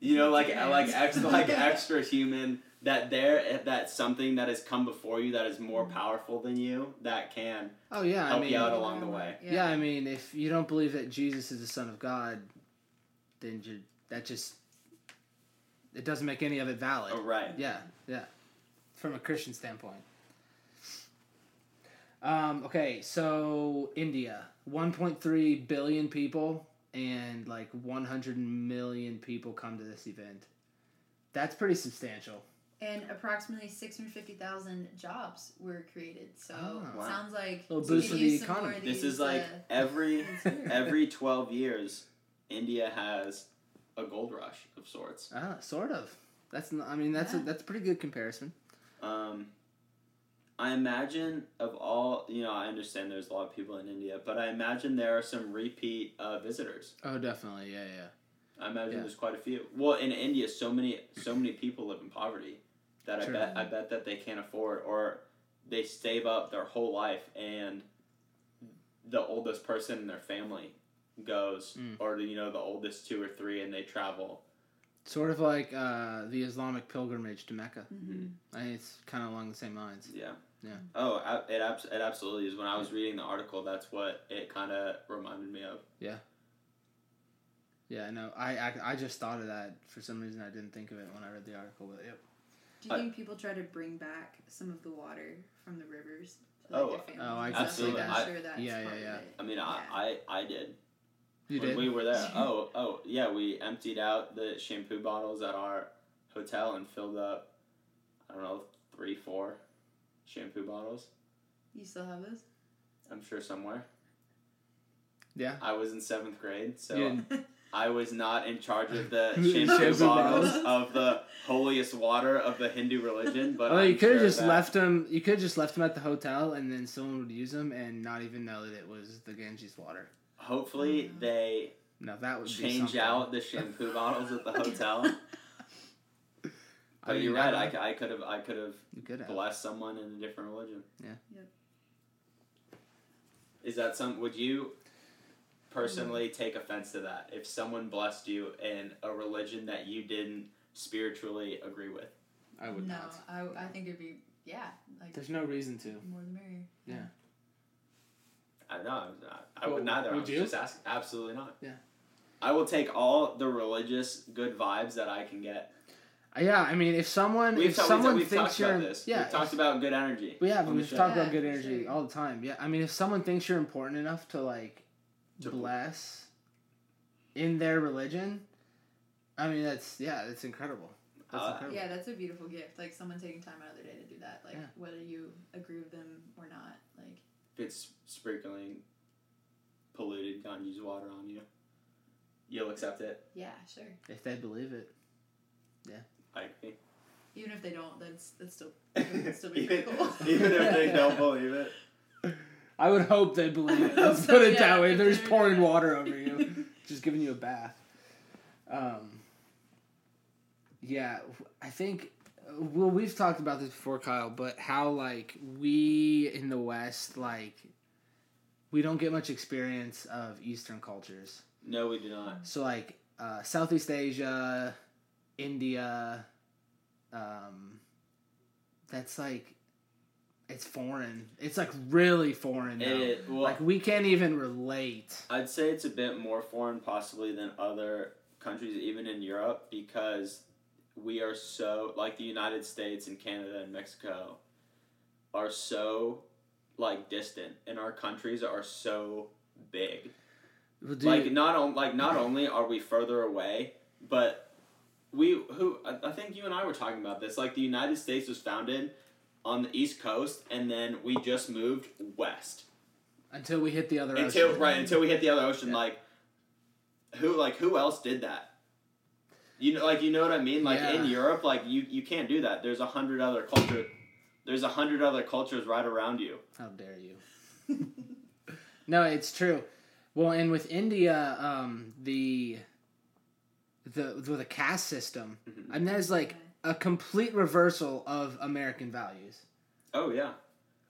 B: you know like like extra like extra human that there that something that has come before you that is more powerful than you that can
A: Oh yeah. I
B: help
A: mean,
B: you out
C: Yeah.
B: along the way.
A: yeah. I mean, if you don't believe that Jesus is the Son of God, then you that just it doesn't make any of it valid.
B: Oh, right.
A: Yeah, yeah. From a Christian standpoint. Um, okay, so India, 1.3 billion people, and like 100 million people come to this event. That's pretty substantial.
C: And approximately 650,000 jobs were created. So
A: Oh.
C: it
B: Wow.
C: sounds like
A: Little
C: we
A: boost
C: could
A: for the
C: use some more
A: economy.
C: of
B: This
C: these,
B: is like
C: uh,
B: every
C: it's weird.
B: every 12 years India has a gold rush of sorts.
A: Ah, sort of. That's n- I mean that's a,
C: Yeah.
A: that's a pretty good comparison.
B: Um I imagine of all, you know, I understand there's a lot of people in India, but I imagine there are some repeat uh, visitors.
A: Oh, definitely. Yeah, yeah.
B: I imagine
A: Yeah.
B: there's quite a few. Well, in India, so many so many people live in poverty that
A: True.
B: I bet I bet that they can't afford or they save up their whole life and the oldest person in their family goes
A: Mm.
B: or you know the oldest two or three and they travel
A: Sort of like uh, the Islamic pilgrimage to Mecca.
C: Mhm.
A: I mean, it's kind of along the same lines.
B: Yeah.
A: Yeah.
B: Oh, ab- it abs- it absolutely is. When I was reading the article, that's what it kind of reminded me of.
A: Yeah, no, I, I I just thought of that for some reason. I didn't think of it when I read the article, but yep.
C: Do you
B: I-
C: think people try to bring back some of the water from the rivers? To,
B: Oh,
C: like, their families
A: oh, I
C: and
A: can
C: stuff?
B: see
C: Like,
B: that.
C: I'm sure that's
A: Yeah, yeah,
C: part of
A: yeah.
C: it.
B: I mean, I, I, I did.
A: You
B: when
A: did.
B: we were there. Oh, oh, yeah. We emptied out the shampoo bottles at our hotel and filled up. I don't know, three, four shampoo bottles.
C: You still have those?
B: I'm sure somewhere.
A: Yeah.
B: I was in seventh grade, so
A: You-
B: I was not in charge of the
A: Shampoo
B: shampoo bottles
C: bottles.
B: of the holiest water of the Hindu religion. But
A: Oh,
B: I'm
A: you could have
B: sure
A: just
B: that-
A: left them. You could have just left them at the hotel, and then someone would use them and not even know that it was the Ganges water.
B: Hopefully, they
A: No, that would be
B: change
A: something.
B: out the shampoo bottles at the hotel.
A: I
B: But
A: mean,
B: you're right.
A: don't
B: I,
A: know.
B: c- I could have I could have
A: you could have.
B: blessed someone in a different religion.
A: Yeah.
C: Yep.
B: Is that some? Would you personally take offense to that if someone blessed you in a religion that you didn't spiritually agree with?
A: I would
C: no,
A: not.
C: I, I think it'd be, yeah, like
A: There's no reason to.
C: more the merrier.
A: Yeah.
B: I know. I, was not, I
A: Well,
B: would neither. I
A: would
B: was
A: you?
B: just asking. Absolutely not.
A: Yeah.
B: I will take all the religious good vibes that I can get.
A: Uh, Yeah, I mean, if someone,
B: We've,
A: if
B: ta- we've ta-
A: someone
B: we've
A: thinks
B: talked
A: you're,
B: about this.
A: yeah,
B: we've talked
A: if-
B: about good energy.
A: we have,
B: on the
A: we've
B: show.
A: talked about
C: Yeah,
A: good
C: for
A: energy
C: sure.
A: all the time. Yeah, I mean, if someone thinks you're important enough to like
B: To-
A: bless in their religion, I mean, that's yeah, that's incredible. That's
B: Uh,
A: incredible.
C: Yeah, that's a beautiful gift. Like someone taking time out of their day to do that. Like
A: Oh. Yeah.
C: whether you agree with them or not. Like
B: if it's sprinkling polluted Ganges water on you, you'll accept it.
C: yeah, sure.
A: If they believe it.
B: I agree.
C: Even if they don't, that's that's still that's still pretty
B: even,
C: cool.
B: even if they don't believe it.
A: I would hope they believe it. Let's
C: So,
A: put it
C: yeah,
A: that way.
C: if
A: They're
C: they're
A: just pouring
C: not-
A: water over you, just giving you a bath. Um, yeah, I think. Well, we've talked about this before, Kyle, but how like we in the West, like we don't get much experience of Eastern cultures.
B: No, we do not.
A: So like uh, Southeast Asia, India, um, that's like it's foreign. It's like really foreign. Though.
B: It, well,
A: Like we can't even relate.
B: I'd say it's a bit more foreign, possibly, than other countries, even in Europe, because we are so like the United States and Canada and Mexico are so like distant, and our countries are so big.
A: Well, dude,
B: like not on like not only are we further away, but we who I, I think you and I were talking about this. Like the United States was founded on the East Coast, and then we just moved west
A: until we hit the other
B: until
A: ocean.
B: right until we hit the other ocean.
A: Yeah.
B: Like who like who else did that? You know, like you know what I mean. Like
A: Yeah.
B: in Europe, like you you can't do that. There's a hundred other culture. There's a hundred other cultures right around you.
A: How dare you? no, it's true. Well, and with India, um, the the with a caste system,
B: Mhm.
A: I mean that is like
C: Okay.
A: a complete reversal of American values.
B: Oh yeah,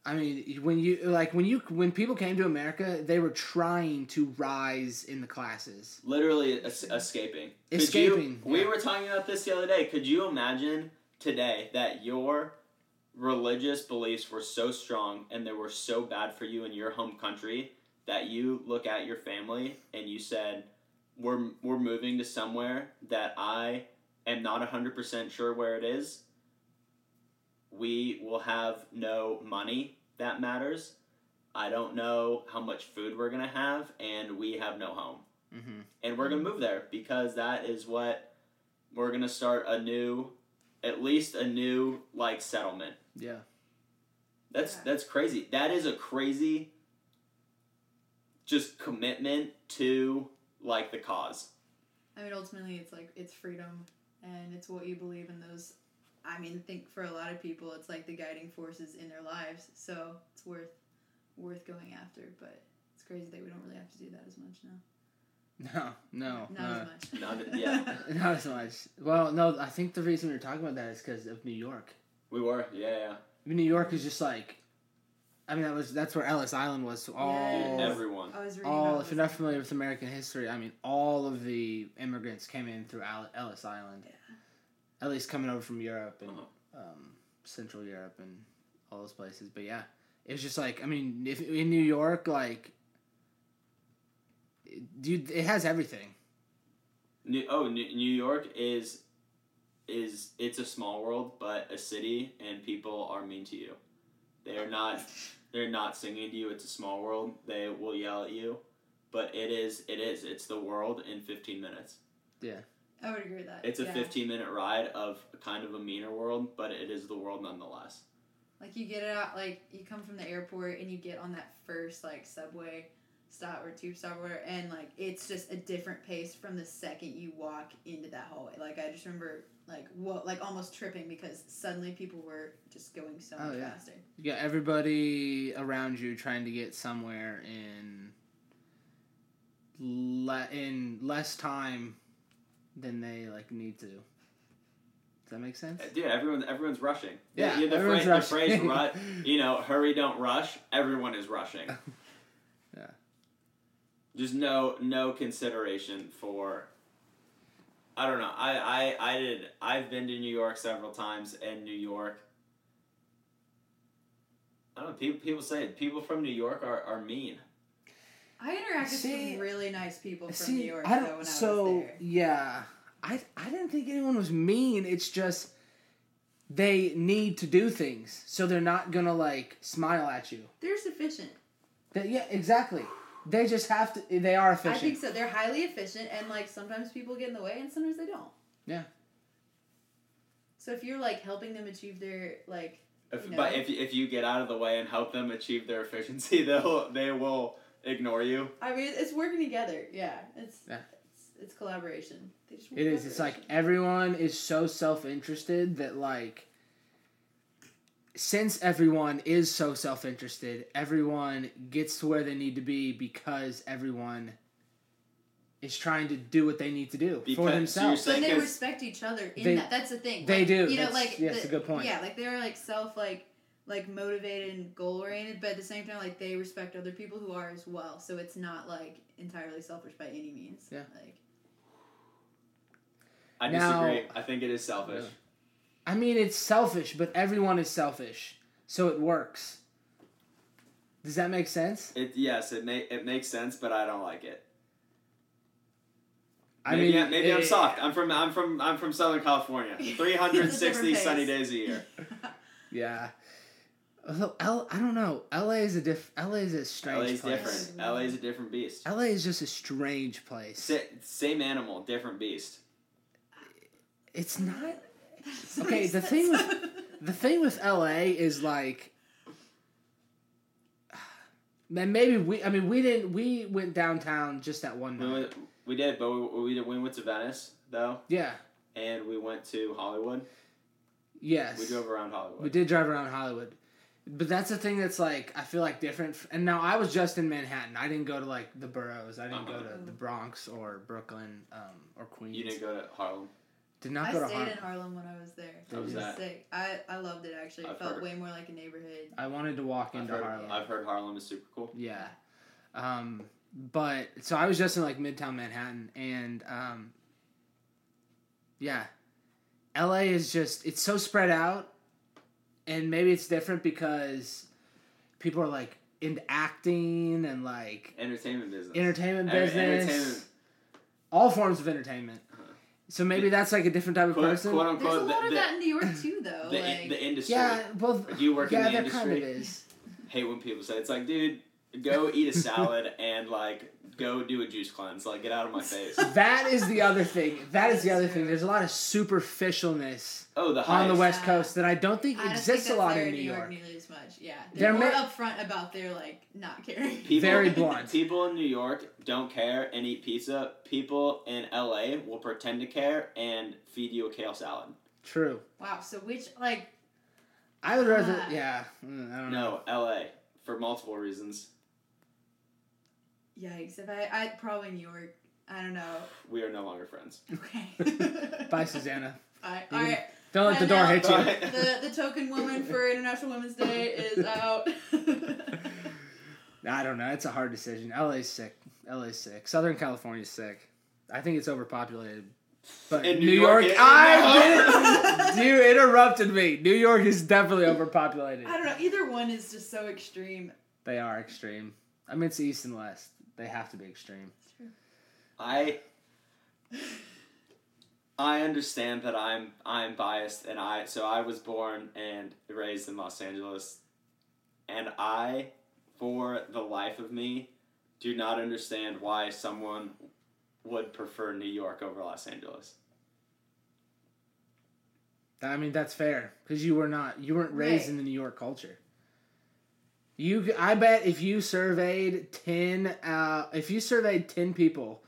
A: I mean, when you like when you when people came to America, they were trying to rise in the classes.
B: literally es- escaping. Could you-
A: Escaping,
B: we
A: yeah.
B: were talking about this the other day. Could you imagine today that your religious beliefs were so strong and they were so bad for you in your home country that you look at your family and you said, "We're we're moving to somewhere that I am not hundred percent sure where it is. We will have no money that matters." I don't know how much food we're gonna have, and we have no home
A: Mm-hmm.
B: and we're gonna move there because that is what we're gonna start a new at least a new like settlement
A: Yeah,
B: that's
C: Yeah.
B: that's crazy that is a crazy just commitment to like the cause
C: I mean, ultimately, it's like it's freedom and it's what you believe in those. I mean, I think for a lot of people, it's like the guiding forces in their lives. So it's worth worth going after. But it's crazy that we don't really have to do that as much now.
A: no, no,
C: not
A: no.
C: as much.
B: Not- yeah.
A: Not as much. Well, no, I think the reason we were talking about that is because of New York.
B: we were yeah
A: I mean, New York is just like, I mean, that was that's where Ellis Island was. So
B: yeah
A: all
B: Dude,
C: Oh.
B: everyone
C: I was reading.
A: all
C: about
A: if
C: this
A: you're not
C: now.
A: familiar with American history, I mean, all of the immigrants came in through Al- Ellis Island,
C: Yeah.
A: at least coming over from Europe and
B: Uh-huh.
A: um, Central Europe and all those places. But yeah, it was just like I mean, if in New York, like, it- dude, it has everything.
B: new, oh new, new york is is it's a small world but a city and people are mean to you they are not they're not singing to you it's a small world they will yell at you but it is it is it's the world in 15 minutes
C: I would agree with that.
B: it's a
C: yeah.
B: 15 minute ride of kind of a meaner world but it is the world nonetheless
C: Like you get it out, like you come from the airport and you get on that first like subway stop or tube stop or whatever, and like it's just a different pace from the second you walk into that hallway. Like I just remember like what like almost tripping because suddenly people were just going so
A: Oh,
C: much
A: yeah.
C: faster.
A: You got everybody around you trying to get somewhere in le- in less time than they like need to. Does that make sense?
B: Uh, dude everyone everyone's rushing
A: Yeah,
B: the, the,
A: everyone's
B: phrase, the phrase
A: rushing.
B: rut you know hurry don't rush everyone is rushing
A: Yeah.
B: just no no consideration for i don't know i i i did i've been to new york several times and new york I don't know, people, people say it. People from New York are, are mean.
C: I interacted with
A: See-
C: some really nice people from
A: See,
C: New York
A: I
C: though
A: don't.
C: when I was
A: so
C: there.
A: yeah, I I didn't think anyone was mean. It's just they need to do things, so they're not gonna like smile at you.
C: They're sufficient.
A: They- yeah, exactly. They just have to. They are
C: I think
A: efficient.
C: so. They're highly efficient, and like sometimes people get in the way, and sometimes they don't.
A: Yeah.
C: So if you're like helping them achieve their like
B: If,
C: No.
B: But if, if you get out of the way and help them achieve their efficiency, they'll they will ignore you.
C: I mean, it's working together. Yeah, it's
A: Yeah.
C: it's, it's collaboration. They just work
A: It is. It's like
C: collaboration.
A: everyone is so self interested that like. Since everyone is so self interested, everyone gets to where they need to be because everyone is trying to do what they need to do
B: Because- so
A: for
B: you're
A: themselves.
B: saying-
C: But they
B: Because-
C: respect each other in
A: They-
C: that. That's the thing.
A: they
C: Like,
A: do.
C: You know,
A: That's-
C: like
A: yeah, it's
C: the-
A: a good point.
C: Yeah, like they're like self like like motivated and goal oriented, but at the same time, like they respect other people who are as well. So it's not like entirely selfish by any means.
A: Yeah.
C: Like
B: I
A: Now-
B: disagree. I think it is selfish.
A: I mean, it's selfish, but everyone is selfish, so it works. Does that make sense?
B: It yes, it may it makes sense, but I don't like it.
A: I
B: maybe,
A: mean, eh,
B: maybe I'm
A: it-
B: soft. I'm from I'm from I'm from Southern California. 360
C: It's a different
B: sunny days
C: pace.
B: a year.
A: Yeah. Although L, I don't know. LA is a diff. LA is a strange
B: LA's
A: place.
B: different. LA's a different beast.
A: LA is just a strange place.
B: Sa- same animal, different beast.
A: It's not. Okay, the thing with- the thing with LA is like then maybe we I mean we didn't we went downtown just that one
B: We,
A: night.
B: went- we did, but we, we, did- we went to Venice though,
A: Yeah.
B: and we went to Hollywood.
A: Yes.
B: We drove around Hollywood.
A: We did drive around Hollywood. But that's the thing that's like I feel like different f- and now I was just in Manhattan. I didn't go to like the boroughs. I didn't go
B: Uh-huh.
A: to the Bronx or Brooklyn um, or Queens.
B: You didn't go to Harlem.
A: Did not
C: I
A: go to
C: stayed
A: Harlem.
C: in Harlem when I was there.
A: How was
C: it was
B: that?
C: sick. I, I loved it actually. It
B: I've
C: felt
B: heard.
C: way more like a neighborhood.
A: I wanted to walk
B: I've
A: into
B: heard,
A: Harlem.
B: I've heard Harlem is super cool.
A: Yeah. Um, but so I was just in like Midtown Manhattan, and um, yeah, LA is just it's so spread out, and maybe it's different because people are like into acting and like
B: Entertainment business.
A: entertainment
B: Every-
A: business,
B: entertainment.
A: all forms of entertainment. So maybe that's like a different type of
B: Quote,
A: person.
B: quote
C: There's a
B: unquote.
C: lot of
B: the,
C: that in New York too, though.
B: the, the,
C: like,
B: the industry.
A: yeah, well,
B: Do you work in
A: yeah,
B: the
A: that
B: industry?
A: kind of is.
B: hate when people say it's like, dude, go eat a salad and like go do a juice cleanse. Like, get out of my face.
A: That is the other thing. That is the other thing. There's a lot of superficialness
B: Oh, the
A: on the
B: highest.
A: West
C: Yeah.
A: Coast that I don't think
C: I don't
A: exists
C: think
A: a
C: that's
A: lot
C: there
A: in New York.
C: nearly as much. Yeah,
A: They're
C: they're, more
A: ma-
C: upfront about their like not caring.
B: People,
A: Very blunt.
B: People in New York don't care and eat pizza. People in LA will pretend to care and feed you a kale salad.
A: True.
C: Wow. So which like
A: I would rather.
C: Ah.
A: Yeah. mm, I don't know.
B: No, LA for multiple reasons.
C: yikes? If I I probably New York. I don't know.
B: We are no longer friends.
C: Okay.
A: Bye, Susanna.
C: All right. All right.
A: Don't let the
C: And
A: door
C: now-
A: hit you.
B: Bye.
C: the the token woman for International Women's Day is out.
A: I don't know. It's a hard decision. LA's sick. LA's sick. Southern California's sick. I think it's overpopulated. But
B: And
A: New, York,
B: is-
A: I did it. You interrupted me. New York is definitely overpopulated.
C: I don't know. Either one is just so extreme.
A: They are extreme. I mean, it's east and west. They have to be extreme.
B: I I understand that I'm I'm biased and I so I was born and raised in Los Angeles and I for the life of me do not understand why someone would prefer New York over Los Angeles.
A: I mean, that's fair because you were not you weren't raised
C: Right.
A: in the New York culture. You, I bet if you surveyed ten, uh, if you surveyed ten people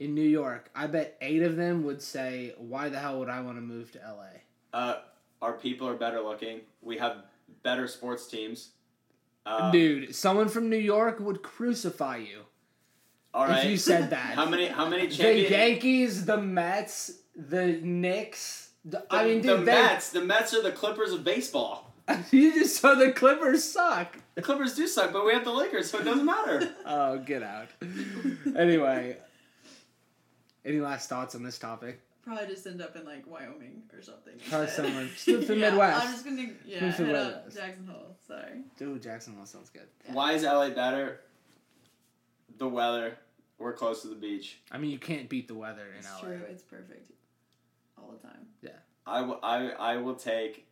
A: in New York, I bet eight of them would say, "Why the hell would I want to move to L.A.?"
B: Uh, our people are better looking. We have better sports teams. Uh,
A: Dude, someone from New York would crucify you
B: all right.
A: if you said that.
B: how many how many
A: the
B: champions
A: Yankees, the Mets, the Knicks. The, I mean,
B: the
A: dude, they,
B: Mets, the Mets are the Clippers of baseball.
A: you just saw the Clippers suck.
B: The Clippers do suck, but we have the Lakers, so it doesn't matter.
A: Oh, get out. anyway, any last thoughts on this topic?
C: Probably just end up in like Wyoming or something.
A: Probably
C: instead.
A: somewhere- just move to the
C: Yeah,
A: Midwest.
C: I'm just gonna yeah
A: Move to the
C: head out
A: Midwest.
C: Jackson Hole. Sorry.
A: Dude, Jacksonville sounds good.
B: Why is LA better? The weather. We're close to the beach.
A: I mean, you can't beat the weather in
C: It's
A: LA.
C: true. It's perfect all the time.
B: I will- I- I will take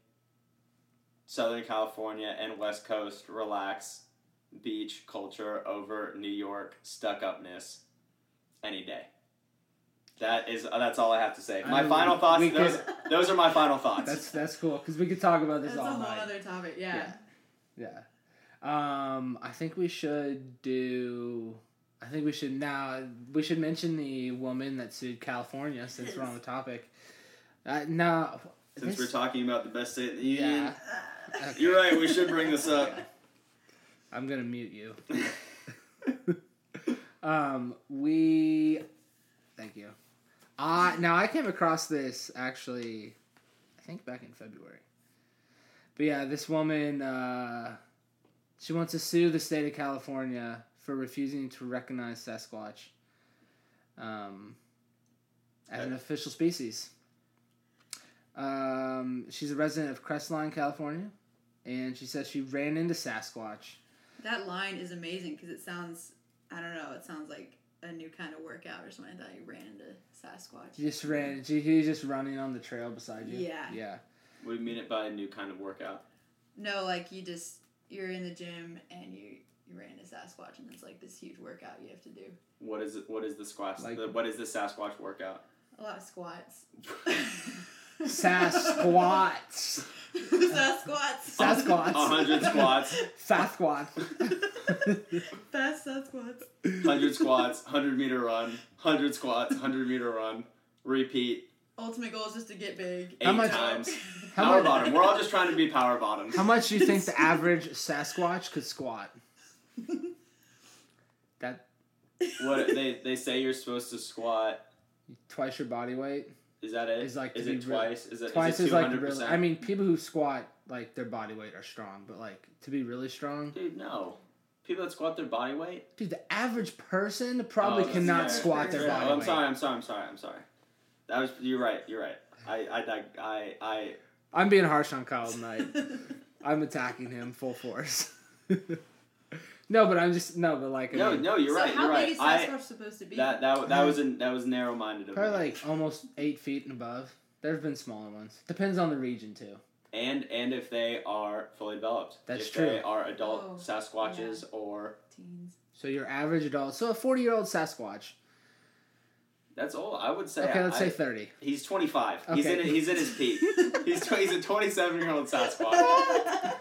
B: Southern California and West Coast relax beach culture over New York stuck upness any day. That is uh, that's all I have to say.
A: I
B: My
A: mean,
B: final thoughts.
A: we
B: Those,
A: could-
B: those are my final thoughts.
A: That's that's cool because we could talk about this
C: That's a
A: all
C: whole
A: night.
C: other topic. Yeah.
A: Yeah. Yeah. Um, I think we should do. I think we should now. We should mention the woman that sued California since we're on the topic. Uh, no.
B: Since
A: this-
B: we're talking about the best state in the union,
A: Yeah. Okay.
B: you're right. We should bring this up.
A: I'm gonna mute you. um, we thank you. Uh, now I came across this actually, I think back in February. But yeah, this woman, uh, she wants to sue the state of California for refusing to recognize Sasquatch um, as an official species. Um, she's a resident of Crestline, California, and she says she ran into Sasquatch
C: That line is amazing because it sounds. I don't know. It sounds like a new kind of workout or something. I thought you ran into Sasquatch.
A: You just ran. He he was just running on the trail beside you.
C: Yeah.
A: Yeah.
B: We mean it by a new kind of workout.
C: No, like you just you're in the gym and you you ran into Sasquatch and it's like this huge workout you have to do.
B: What is it? What is the squash?
A: Like-
B: the, what is the Sasquatch workout?
C: A lot of squats.
A: Sasquatch.
C: Sasquats.
A: Sas- Sasquatch.
B: A hundred squats,
A: Fast squat.
C: Fast Sasquats.
B: hundred squats, hundred meter run, hundred squats, hundred meter run. Repeat
C: Ultimate goal is just to get big.
B: eight
A: How much-
B: times.
A: How
B: power
A: much-
B: bottom. We're all just trying to be power bottom.
A: How much do you think the average Sasquatch could squat? That
B: What they they say you're supposed to squat.
A: twice your body weight.
B: Is that it?
A: Is like
B: is
A: to
B: it
A: be real-
B: twice? Is it
A: Twice
B: is
A: is
B: it
A: like
B: 200%?
A: really. I mean, people who squat like their body weight are strong, but like to be really strong,
B: dude, no. People that squat their body weight.
A: dude, the average person probably
B: Oh, that's
A: cannot
B: fair.
A: squat their
B: Yeah,
A: body
B: well, I'm
A: weight.
B: sorry. I'm sorry. I'm sorry. I'm sorry. That was you're right. You're right. I I dig- I I
A: I'm being harsh on Kyle tonight. I'm attacking him full force. no, but I'm just no, but like I
B: no
A: mean,
B: no you're
C: so
B: right.
C: how
B: You're
C: big
B: right. I
C: is Sasquatch supposed to be?
B: that that that was in, that was narrow minded of me.
A: probably like almost eight feet and above. There've been smaller ones. Depends on the region too.
B: and and if they are fully developed.
A: That's
B: if They
A: true.
B: are adult
C: Oh,
B: Sasquatches or
C: Teens.
A: So your average adult, so a 40 year old Sasquatch.
B: that's old. I would say.
A: Okay, let's say
B: I,
A: 30.
B: he's 25. He's
A: Okay.
B: in he's in his peak. he's tw- he's a 27 year old Sasquatch.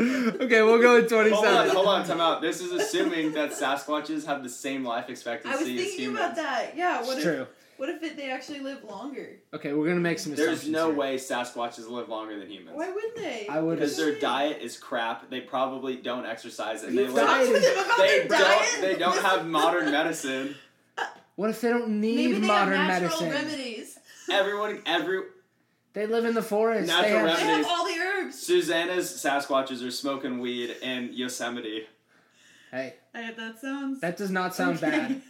A: okay, we'll go with
B: Hold on,
A: 27.
B: hold on, time out. This is assuming that Sasquatches have the same life
C: I was
B: expectancy as
C: thinking
B: humans.
C: about that. Yeah. What
A: It's
C: if
A: true.
C: what if it, they actually live longer?
A: Okay, we're gonna make some
B: There's
A: assumptions.
B: no
A: here.
B: way Sasquatches live longer than humans.
C: Why would they?
A: I would-
B: Because their
C: Why?
B: diet is crap. They probably don't exercise, and
A: You
B: they
C: Talk
A: diet
B: live.
C: to them about
B: They
C: their
B: don't.
C: diet.
B: They don't have modern medicine.
A: What if they don't need
C: Maybe they
A: modern
C: have natural
A: medicine?
C: remedies.
B: Everyone, every
A: They live in the forest. They
B: Natural
A: have-
C: They
B: remedies.
C: have all the herbs.
B: Susanna's Sasquatches are smoking weed in Yosemite.
A: Hey,
C: I, that sounds.
A: that does not sound
C: Okay.
A: bad.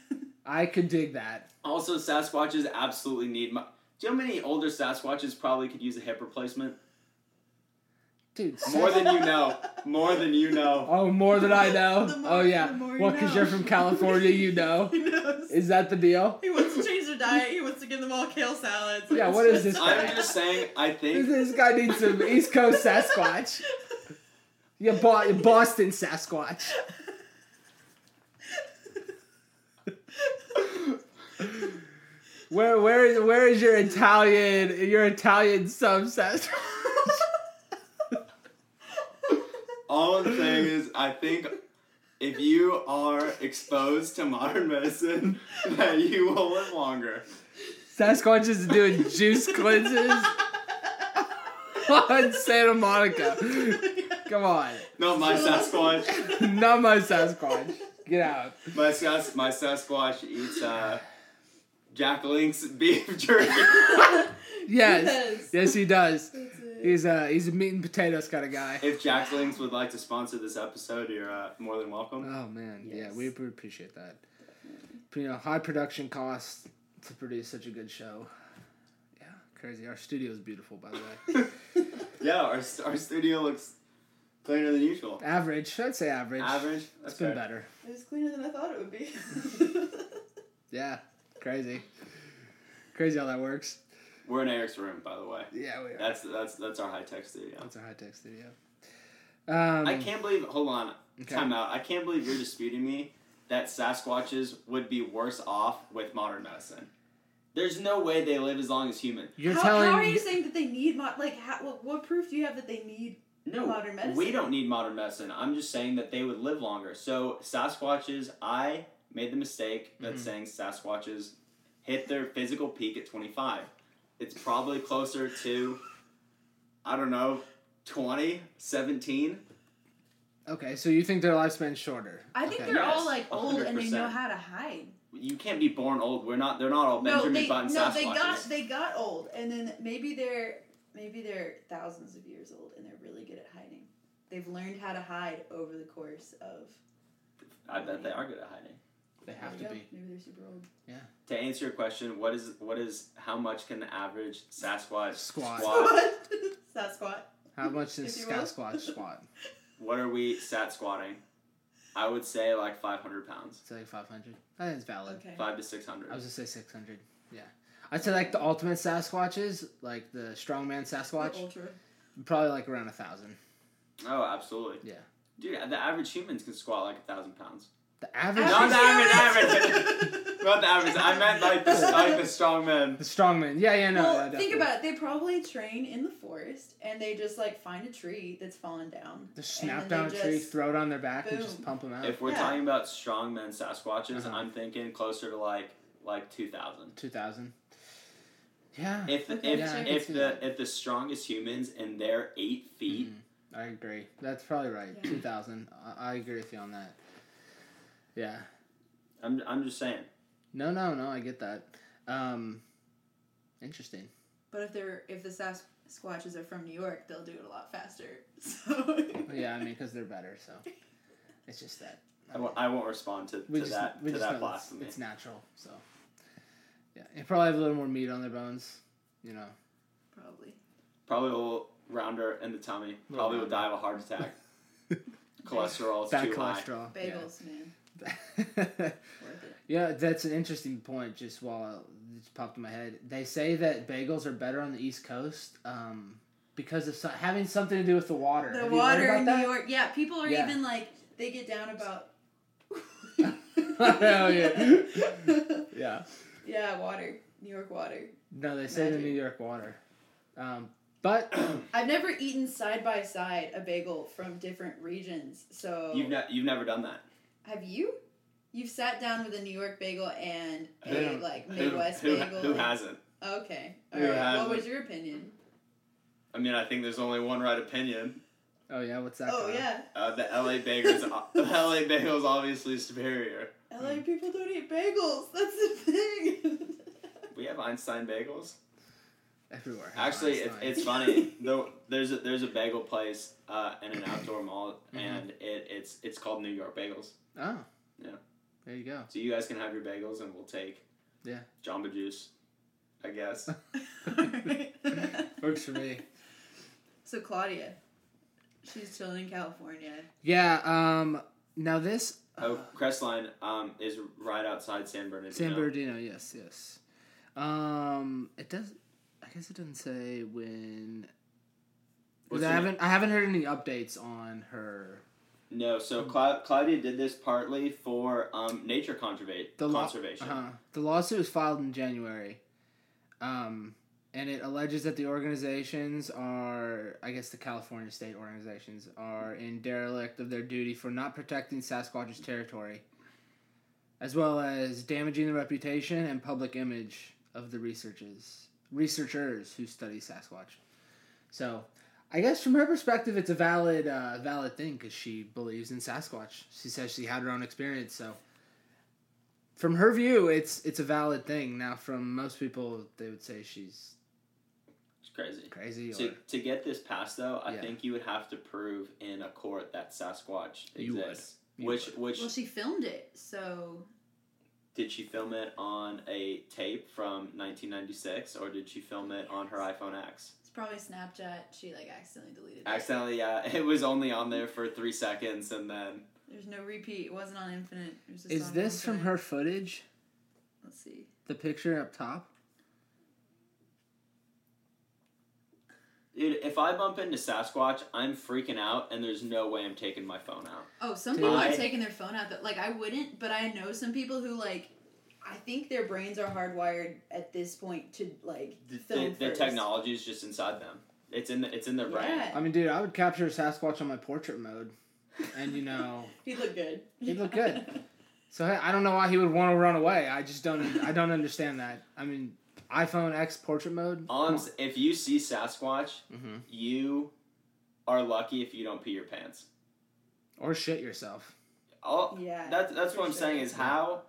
A: I could dig that.
B: Also, Sasquatches absolutely need. Mo- Do you know how many older Sasquatches probably could use a hip replacement?
A: Dude,
B: More
A: Sas-
B: than you know. More than you know.
A: Oh, more than I know.
C: The more-
A: oh yeah.
C: the more you
A: well, because
C: know.
A: you're from California, you know.
C: He knows.
A: Is that the deal?
C: He wants to change their diet. He wants to give them all kale salads.
A: Yeah,
C: It's
A: what is
C: just-
A: this guy?
B: I'm just saying. I think
A: This guy needs some East Coast Sasquatch. You bought your Boston Sasquatch. Where where is where is your Italian your Italian sub Sasquatch?
B: All I'm saying is, I think if you are exposed to modern medicine, that you will live longer.
A: Sasquatch is doing juice cleanses on Santa Monica. Come on.
B: No, my Sasquatch,
A: Not my Sasquatch. Get out.
B: my Sas, my Sasquatch eats uh, Jack Link's beef jerky.
A: Yes.
C: Yes.
A: Yes he does.
C: That's it.
A: He's a he's a meat and potatoes kind of guy.
B: If Jack Links would like to sponsor this episode, you're uh, more than welcome.
A: Oh man, yeah,
C: Yes.
A: we would appreciate that. You know, high production costs to produce such a good show. Yeah, crazy. Our studio is beautiful, by the way.
B: Yeah, our, st- our studio looks cleaner than usual.
A: average, I'd say average.
B: Average.
A: It's
B: That's
A: been
B: fair.
A: better.
C: It was cleaner than I thought it would be.
A: Yeah, crazy. Crazy how that works.
B: We're in Eric's room, by the way.
A: Yeah, we are.
B: That's that's that's our high tech studio.
A: That's a high tech studio. Um,
B: I can't believe. Hold on.
A: Okay.
B: Time out. I can't believe you're disputing me that Sasquatches would be worse off with modern medicine. There's no way they live as long as human.
A: You're
C: how,
A: telling.
C: how are you saying that they need mod? Like, how, what, what proof do you have that they need?
B: No,
C: Modern medicine.
B: we don't need modern medicine. I'm just saying that they would live longer. So Sasquatches, I made the mistake that
A: Mhm.
B: saying Sasquatches hit their physical peak at 25. It's probably closer to, I don't know, 20, 17.
A: okay, so you think their lifespan's shorter?
C: I think
A: okay.
C: they're
B: Yes,
C: all like old and they
B: 100%.
C: know how to hide.
B: You can't be born old. We're not. They're not all Benjamin
C: no, they,
B: Button
C: no,
B: Sasquatches.
C: they got they got old, and then maybe they're maybe they're thousands of years old, and they're really good at hiding. They've learned how to hide over the course of.
B: I bet they are good at hiding.
A: they have to
C: There
A: be.
C: you go. Maybe they're super old.
B: To answer your question, what is what is how much can the average Sasquatch
A: Squat.
C: Sasquatch.
A: How much does
C: If you will.
A: Sasquatch squat?
B: What are we sat squatting? I would say like five hundred pounds,
A: It's like five hundred. I think it's valid.
C: Okay.
B: five to six hundred.
A: I was gonna say six hundred. Yeah, I'd say like the ultimate Sasquatches, like the strongman
C: The
A: Sasquatch,
C: Ultra.
A: probably like around a thousand.
B: Oh, absolutely.
A: Yeah.
B: Dude, the average humans can squat like a thousand pounds.
A: The average.
B: Not
A: human-
B: average,
C: average.
B: Not the average. I meant like the like the strong man.
A: The strongman. Yeah, yeah, no. yeah,
C: well, think
A: definitely.
C: about it. They probably train in the forest and they just like find a tree that's fallen down.
A: Just
C: and
A: snap
C: then
A: down a
C: they
A: tree,
C: just-
A: throw it on their back, and just
C: boom.
A: pump them out.
B: If we're
C: Yeah.
B: talking about strong men Sasquatches,
A: Uh-huh.
B: I'm thinking closer to like like two thousand.
A: Two thousand. Yeah.
B: If the,
C: Okay,
B: if,
C: yeah, I
A: can
B: if
A: see
B: the if the strongest humans and they're eight feet,
A: Mhm. I agree. That's probably right.
C: Yeah.
A: Two thousand. I, I agree with you on that. Yeah.
B: I'm I'm just saying.
A: No, no, no. I get that. Um, interesting.
C: But if they're if the Sasquatches are from New York, they'll do it a lot faster. So
A: Yeah, I mean, because they're better, so it's just that.
B: I won't, I won't respond to, to
A: We just,
B: that
A: we
B: to
A: just
B: that
A: know it's,
B: blasphemy.
A: it's natural, so yeah, they probably have a little more meat on their bones, you know.
C: probably.
B: Probably a little rounder in the tummy.
A: Little
B: Probably will
A: rounder.
B: die of a heart attack. Cholesterol's
A: Bad
B: too high.
A: cholesterol.
C: Bagels, man.
A: Yeah.
C: Worth it.
A: yeah, that's an interesting point. Just while it just popped in my head, they say that bagels are better on the East Coast um, because of so- having something to do with the water.
C: The
A: Have you heard
C: water
A: about
C: in
A: that?
C: New York. Yeah, people are
A: Yeah.
C: even like they get down about
A: Hell Oh, yeah. Yeah.
C: Yeah, water. New York water.
A: No, they say the
C: Magic.
A: New York water, um, but
C: I've never eaten side by side a bagel from different regions. So
B: You've ne- you've never done that.
C: have you? You've sat down with a New York bagel and
B: Who-
C: a like
B: Who-
C: Midwest
B: who,
C: bagel.
B: who
C: and-
B: hasn't?
C: Okay. All
B: Who
C: right. What
B: hasn't?
C: was your opinion?
B: I mean, I think there's only one right opinion.
A: oh yeah, what's that?
C: Oh
A: called?
C: yeah.
B: Uh, the LA bagels, uh, the LA bagels, obviously superior.
C: LA people don't eat bagels. That's the thing.
B: We have Einstein bagels.
A: everywhere.
B: Actually,
A: it's
B: it's, it's funny. Though there's a, there's a bagel place uh, in an outdoor mall,
A: Mm-hmm.
B: and it, it's it's called New York Bagels.
A: oh
B: Yeah.
A: There you go.
B: So you guys can have your bagels, and we'll take
A: Yeah.
B: Jamba Juice, I guess.
A: Works for me.
C: So Claudia, she's chilling in California.
A: Yeah. Um. Now this uh,
B: oh, Crestline um, is right outside San Bernardino.
A: San Bernardino. Yes. Yes. Um. It does. I guess it doesn't say when. 'cause
B: What's
A: I
B: the-
A: haven't. I haven't heard any updates on her.
B: No, so Cla- Claudia did this partly for um, nature conserva-
A: The law-
B: conservation.
A: Uh-huh. The lawsuit was filed in January. Um. And it alleges that the organizations are, I guess the California state organizations, are in derelict of their duty for not protecting Sasquatch's territory, as well as damaging the reputation and public image of the researchers researchers who study Sasquatch. So, I guess from her perspective, it's a valid uh, valid thing because she believes in Sasquatch. She says she had her own experience, so from her view, it's it's a valid thing. Now, from most people, they would say she's
B: It's crazy.
A: crazy or
B: To, to get this passed, though, I
A: Yeah.
B: think you would have to prove in a court that Sasquatch
A: You would.
B: exists.
A: You
B: which
A: would.
B: which
C: Well, she filmed it, so
B: did she film it on a tape from 1996 or did she film it on her iPhone X?
C: it's probably Snapchat. She like accidentally deleted. it.
B: Accidentally, yeah, it was only on there for three seconds, and then
C: There's no repeat. It wasn't on Infinite. It was just
A: is
C: on
A: this from
C: Infinite.
A: her footage?
C: Let's see.
A: The picture up top.
B: dude, if I bump into Sasquatch, I'm freaking out, and there's no way I'm taking my phone out.
C: Oh, some
A: Dude.
C: people are
B: I-
C: taking their phone out. That like I wouldn't, but I know some people who like. I think their brains are hardwired at this point to like
B: The,
C: film
B: the, the
C: first.
B: technology is just inside them. It's in the, it's in their brain.
C: Yeah.
A: I mean, dude, I would capture a Sasquatch on my portrait mode, and you know,
C: He looked good.
A: He looked good. so hey, I don't know why he would want to run away. I just don't. I don't understand that. I mean, iPhone X portrait mode.
B: All I'm, s- if you see Sasquatch,
A: Mm-hmm.
B: you are lucky if you don't pee your pants.
A: Or shit yourself.
B: All,
C: yeah.
B: that's that's what I'm
C: for
B: saying
C: sure.
B: is how,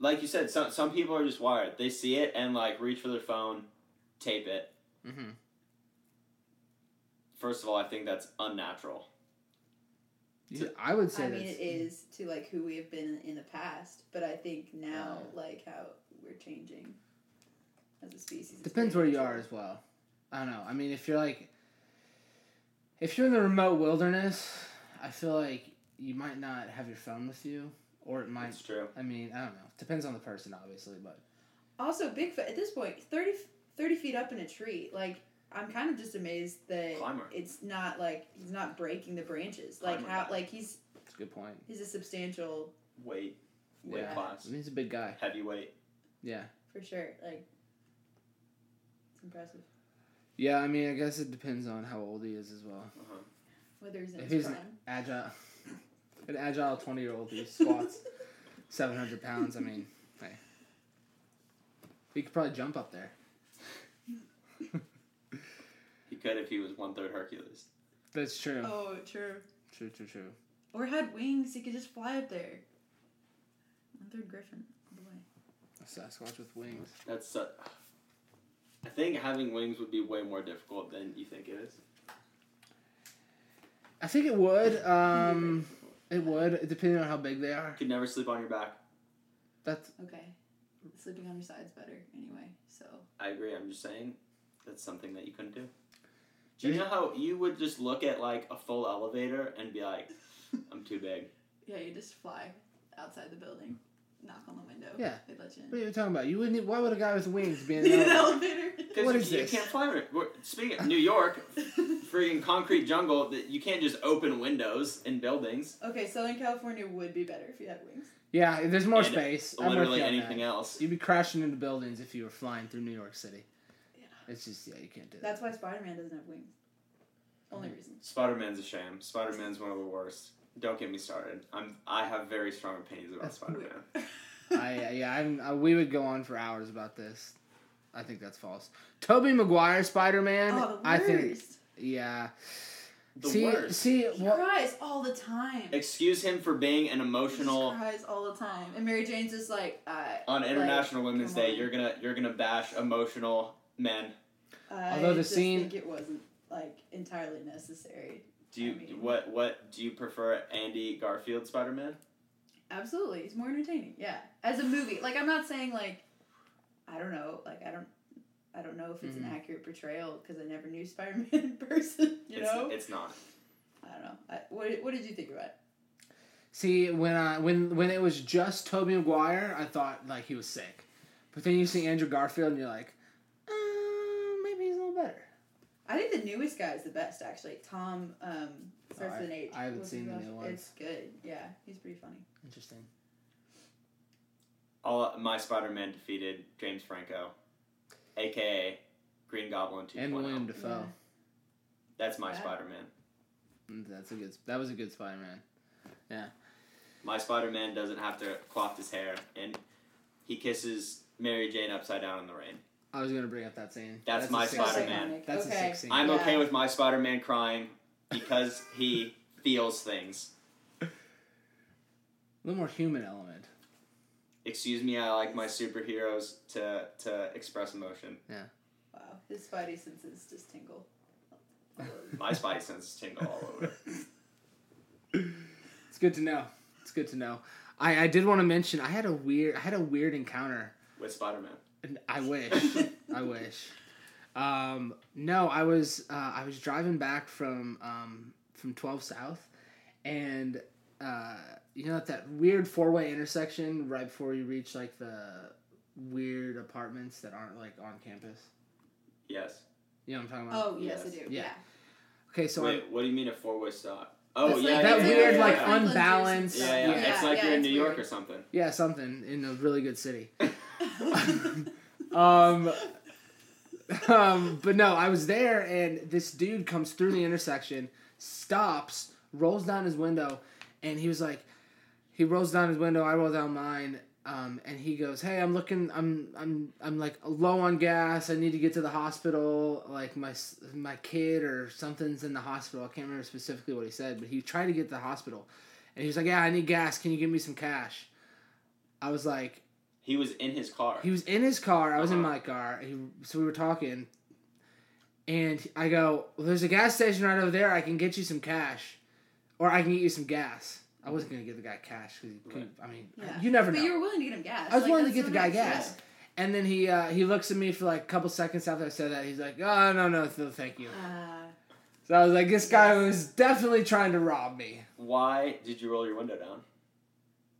B: like you said, some some people are just wired. They see it and like reach for their phone, tape it.
A: Mm-hmm.
B: First of all, I think that's unnatural.
A: I would say
C: I mean,
A: that's-
C: it is to like who we have been in the past, but I think now, like how we're changing as a species. it's
A: Depends where
C: very
A: you are as well. I don't know. I mean, if you're like, if you're in the remote wilderness, I feel like you might not have your phone with you, or it might.
B: That's true.
A: I mean, I don't know. Depends on the person, obviously, but
C: Also, Bigfoot at this point, 30, 30 feet up in a tree. Like, I'm kind of just amazed that
B: Climber.
C: it's not like he's not breaking the branches. Like
B: Climber
C: how,
B: guy.
C: like he's
A: it's a good point.
C: he's a substantial
B: Wait. weight
A: Yeah.
B: class,
A: I mean, he's a big guy.
B: heavyweight.
A: Yeah.
C: for sure. Like, it's impressive.
A: Yeah, I mean, I guess it depends on how old he is as well.
B: Uh-huh.
C: Whether he's in
A: If
C: his
A: he's
C: prime.
A: an agile, an agile twenty year old who squats seven hundred pounds, I mean, hey, he could probably jump up there.
B: He could if he was one third Hercules.
A: That's true.
C: oh, true.
A: True. True. True.
C: Or had wings, he could just fly up there. One third griffin. all the way.
A: A Sasquatch with wings.
B: That's. Uh, I think having wings would be way more difficult than you think it is.
A: I think it would.
C: Very
A: Um,
C: difficult.
A: it would, depending on how big they are.
B: Could never sleep on your back.
A: That's
C: Okay. Sleeping on your side's better anyway. So
B: I agree. I'm just saying that's something that you couldn't do. Do you know how you would just look at like a full elevator and be like, I'm too big.
C: yeah, you just fly outside the building, knock on the window.
A: Yeah.
C: They let you in.
A: what are you talking about? You wouldn't. e, Why would a guy with wings be in
C: In
A: an
C: an
A: elevator?
C: elevator.
B: Because
A: What
B: you,
A: is
B: you
A: this?
B: can't fly. over- we're- Speaking of New York, freaking concrete jungle, that you can't just open windows in buildings.
C: okay, Southern California would be better if you had wings.
A: Yeah, there's more
B: And
A: space. I'm with
B: Literally
A: you on
B: anything
A: that.
B: else.
A: You'd be crashing into buildings if you were flying through New York City.
C: Yeah.
A: It's just yeah, you can't do that.
C: That's why Spider Man doesn't have wings. Only reason.
B: Spider Man's a sham. Spider Man's one of the worst. Don't get me started. I'm I have very strong opinions about Spider Man.
C: uh,
A: I yeah, I'm, I, we would go on for hours about this. I think that's false. Toby Maguire Spider Man.
C: oh, the
A: I think
C: worst.
A: yeah.
B: The
A: see
B: worst.
A: see
C: He
A: what
C: cries all the time.
B: Excuse him for being an
C: He just
B: emotional.
C: cries all the time, and Mary Jane's just like, I,
B: On International Women's
C: come
B: Day,
C: on.
B: you're gonna you're gonna bash emotional men.
C: I
A: Although the
C: just
A: scene-
C: think it wasn't like entirely necessary.
B: Do you
C: I mean-
B: what what do you prefer Andy Garfield Spider Man?
C: Absolutely, it's more entertaining. Yeah, as a movie. Like I'm not saying like, I don't know. Like I don't, I don't know if it's
A: Mhm.
C: an accurate portrayal because I never knew Spider Man in person. You
B: it's,
C: know,
B: it's not.
C: I don't know. I, what What did you think about it?
A: see when I when when it was just Toby Maguire, I thought like he was sick, but then you see Andrew Garfield and you're like, uh, maybe he's a little better.
C: I think the newest guy is the best, actually. Tom um, starts
A: Oh, I-
C: with an H.
A: I haven't
C: What's
A: seen
C: his
A: the
C: last-
A: new
C: It's good. Yeah, he's pretty funny.
A: Interesting.
B: All my Spider Man defeated James Franco, aka Green Goblin 2.0.
A: And William Defoe.
B: That's my
C: Yeah.
B: Spider Man.
A: Mm, That's a good. That was a good Spider Man.
B: My Spider Man doesn't have to cloth his hair, and he kisses Mary Jane upside down in the rain.
A: I was gonna bring up that scene.
B: That's
A: a
B: my
A: sick-
C: That's
B: Spider-Man.
C: iconic.
A: That's
C: okay.
A: a sick scene.
B: I'm
C: Yeah.
B: okay with my Spider Man crying because he feels things.
A: a little more human element.
B: Excuse me, I like my superheroes to to express emotion.
C: Wow, his spidey senses just tingle.
B: My spidey senses tingle all over.
A: It's good to know. It's good to know. I, I did want to mention I had a weird I had a weird encounter.
B: with Spider Man.
A: And I wish. I wish. Um, no, I was uh, I was driving back from um, from Twelve South, and uh, you know at that weird four way intersection right before you reach like the weird apartments that aren't like on campus.
B: Yes.
A: You know what I'm talking about?
C: Oh yes,
B: Yes.
C: I do. Yeah.
A: Yeah. Okay, so I'm,
B: Wait, what do you mean a four way stop? Oh
C: That's
B: yeah,
C: like-
A: that
B: yeah,
A: weird
B: yeah,
A: like
B: yeah.
C: un-
A: unbalanced.
B: yeah, yeah,
C: Yeah,
B: It's like
C: yeah,
B: you're in
C: it's
B: New York
C: weird.
B: or something.
A: yeah, something in a really good city.
C: oh
A: Um, um, but no, I was there, and this dude comes through the intersection, stops, rolls down his window, and he was like, he rolls down his window. I roll down mine, um, and he goes, "Hey, I'm looking. I'm I'm I'm like low on gas. I need to get to the hospital. Like my s- my kid or something's in the hospital. I can't remember specifically what he said, but he tried to get to the hospital, and he was like, "Yeah, I need gas. Can you give me some cash?" I was like,
B: He was in his car.
A: he was in his car. I was in
B: Uh-huh.
A: my car. He, so we were talking, and I go, well, "There's a gas station right over there. I can get you some cash, or I can get you some gas." I wasn't gonna give the guy cash because I mean,
C: Yeah.
A: you never
C: But
A: know.
C: you were willing to get him gas.
A: I was
C: like,
A: willing to
C: that's
A: get the
C: so
A: guy
C: nice,
A: gas. And then he uh, he looks at me for like a couple seconds after I said that. He's like, "Oh no no no, thank you."
C: yeah. Uh,
A: So I was like, "This guy was definitely trying to rob me."
B: Why did you roll your window down?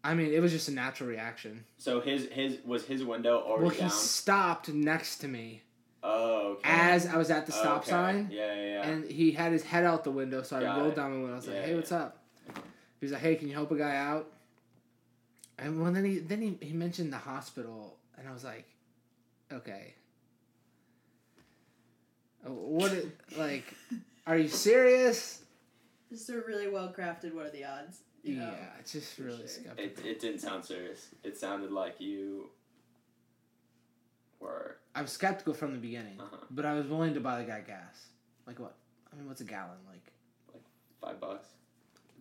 A: I mean, it was just a natural reaction.
B: So his his was his window already
A: Well, he
B: down.
A: stopped next to me
B: Oh, okay.
A: as I was at the stop
B: Okay.
A: sign.
B: Yeah, yeah, yeah.
A: and he had his head out the window, so I
B: Got
A: rolled
B: it.
A: down the window. I was
B: Yeah,
A: like, "Hey,
B: yeah.
A: what's up?" He was like, "Hey, can you help a guy out?" And well, then he then he, he mentioned the hospital, and I was like, okay, Uh, what? it- like, are you serious?
C: Just a really well crafted. What are the odds? You know?
A: Yeah, it's just
C: for
A: really
C: sure.
B: It,
A: skeptical.
B: it didn't sound serious. It sounded like you were.
A: I was skeptical from the beginning,
B: Uh-huh.
A: but I was willing to buy the guy gas. Like what? I mean, what's a gallon? Like
B: Five bucks.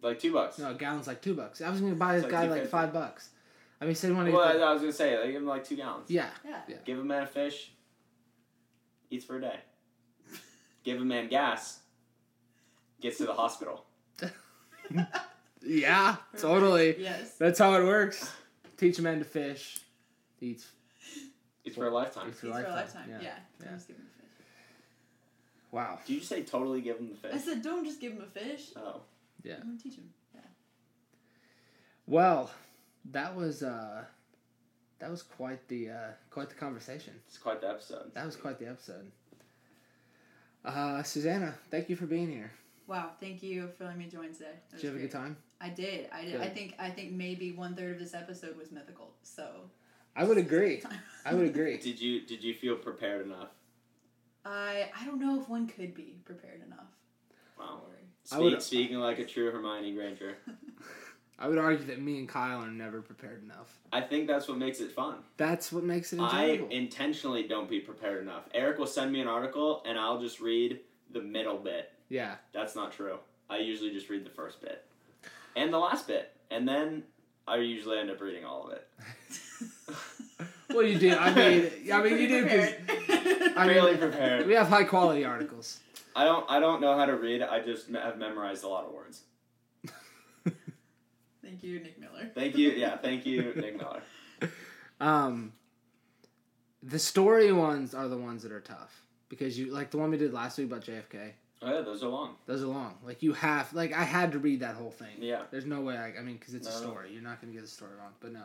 B: Like two bucks.
A: no, a gallon's like two bucks. I was gonna buy this
B: It's like
A: guy
B: two
A: like
B: fifty.
A: five bucks. I mean, he said he wanted to
B: well,
A: get
B: I,
A: the-
B: I was gonna say, like, give him like two gallons.
A: yeah,
C: Yeah.
A: Yeah.
B: Give a man a fish, eats for a day. give a man gas, gets to the hospital.
A: yeah,
C: Perfect.
A: totally.
C: Yes.
A: That's how it works. Teach a man to fish. Eats
B: Eats for a lifetime.
A: It's
C: It's for a lifetime. Yeah.
A: Yeah.
C: Don't just give him a fish.
A: Wow.
B: Did you say totally give him the
C: I
B: fish?
C: said, don't just give him a fish.
B: Oh,
A: Yeah.
C: I'm gonna teach him. Yeah.
A: Well, that was uh that was quite the uh quite the conversation.
B: it's quite the episode.
A: That was quite the episode. Uh Susanna, thank you for being here.
C: Wow. Thank you for letting me join today. That
A: Did
C: was
A: you have a
C: great.
A: good time?
C: I did. I did. I
A: Good.
C: think. I think maybe one third of this episode was mythical. So.
A: I would agree. I would agree.
B: Did you did you feel prepared enough?
C: I I don't know if one could be prepared enough.
A: Oh.
B: Wow.
A: I would-
B: Speak, speaking like a true Hermione Granger.
A: I would argue that me and Kyle are never prepared enough.
B: I think that's what makes it fun.
A: That's what makes it
B: I
A: enjoyable.
B: intentionally don't be prepared enough. Eric will send me an article and I'll just read the middle bit.
A: yeah.
B: That's not true. I usually just read the first bit and the last bit, and then I usually end up reading all of it.
A: Well, you do. I mean, I
C: You're
A: mean, you
C: pretty
A: do because
C: prepared.
A: I mean-
B: Really prepared.
A: we have high quality articles.
B: I don't. I don't know how to read. I just me- have memorized a lot of words.
C: Thank you, Nick Miller.
B: Thank you. Yeah. Thank you, Nick Miller.
A: Um, the story ones are the ones that are tough because you like the one we did last week about JFK.
B: Oh yeah, those are long.
A: Those are long. Like you have, like I had to read that whole thing.
B: Yeah.
A: There's no way. I, I mean, because it's a
B: No.
A: story. You're not going to get the story wrong. But no,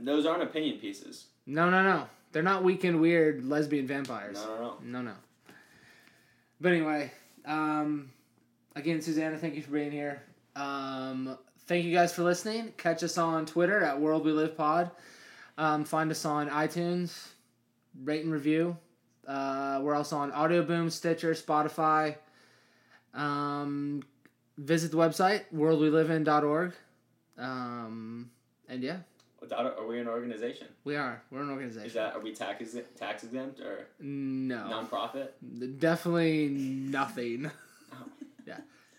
B: Those aren't opinion pieces.
A: no, no, no. They're not weekend weird lesbian vampires.
B: No, no, no.
A: No, no. But anyway, um, again, Susanna, thank you for being here. Um, thank you guys for listening. Catch us on Twitter at World We Live Pod. Um, find us on iTunes, rate and review. Uh, we're also on Audio Boom, Stitcher, Spotify. Um, visit the website worldwelivein.org. Um, and yeah,
B: Without- Are we an organization?
A: we are. We're an
B: Is
A: organization.
B: that are we tax exempt, tax exempt or
A: no,
B: nonprofit?
A: definitely nothing.
B: Oh.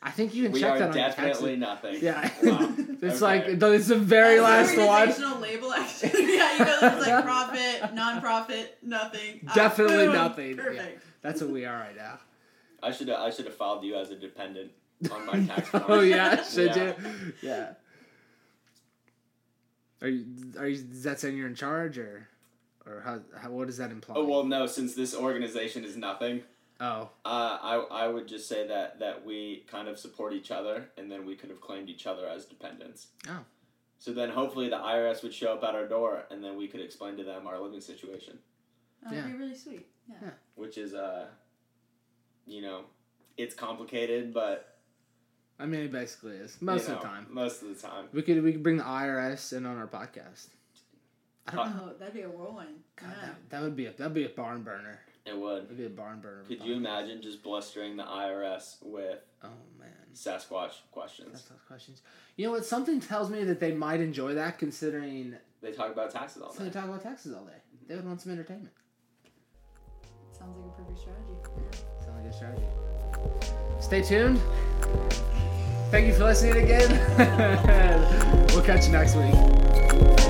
A: I think you can
B: We
A: check
B: are
A: that on
B: definitely
A: your
B: nothing.
A: taxes. Yeah.
B: Wow.
A: it's
B: Okay.
A: like it's the very
C: That's
A: last
C: the
A: one.
C: Organizational label, actually. yeah, you know, there's like profit, non-profit, nothing. Ah,
A: Definitely
C: boom,
A: nothing, yeah.
C: Perfect.
A: That's what we are right now.
B: I should I should have filed you as a dependent on my tax. form.
A: oh yeah, should
B: Yeah.
A: you? Yeah. Are you? Are you? Is that saying you're in charge, or, or how? how what does that imply?
B: Oh well, no. Since this organization is nothing,
A: Oh,
B: uh, I I would just say that that we kind of support each other, and then we could have claimed each other as dependents.
A: Oh.
B: So then, hopefully, the IRS would show up at our door, and then we could explain to them our living situation,
C: That would
A: Yeah.
C: be really sweet. Yeah.
A: Yeah.
B: which is uh, you know, it's complicated, but
A: I mean, it basically is
B: you
A: most of
B: know,
A: the time.
B: most of the time.
A: We could we could bring the IRS in on our podcast. I
B: Uh,
A: don't know.
C: Oh, that'd be a whirlwind.
A: God,
C: yeah.
A: that, that would be a that'd be a barn burner.
B: It would.
A: That'd be a barn burner.
B: Could you
A: podcast.
B: imagine just blustering the IRS with
A: Oh man.
B: Sasquatch
A: That's
B: questions?
A: tough questions. You know what? Something tells me that they might enjoy that, considering
B: They talk about taxes all
A: so they
B: day.
A: talk about taxes all day. They would want some entertainment.
C: Sounds like a perfect strategy.
A: Sound like a strategy. Stay tuned. Thank you for listening again. we'll catch you next week.
C: Bye.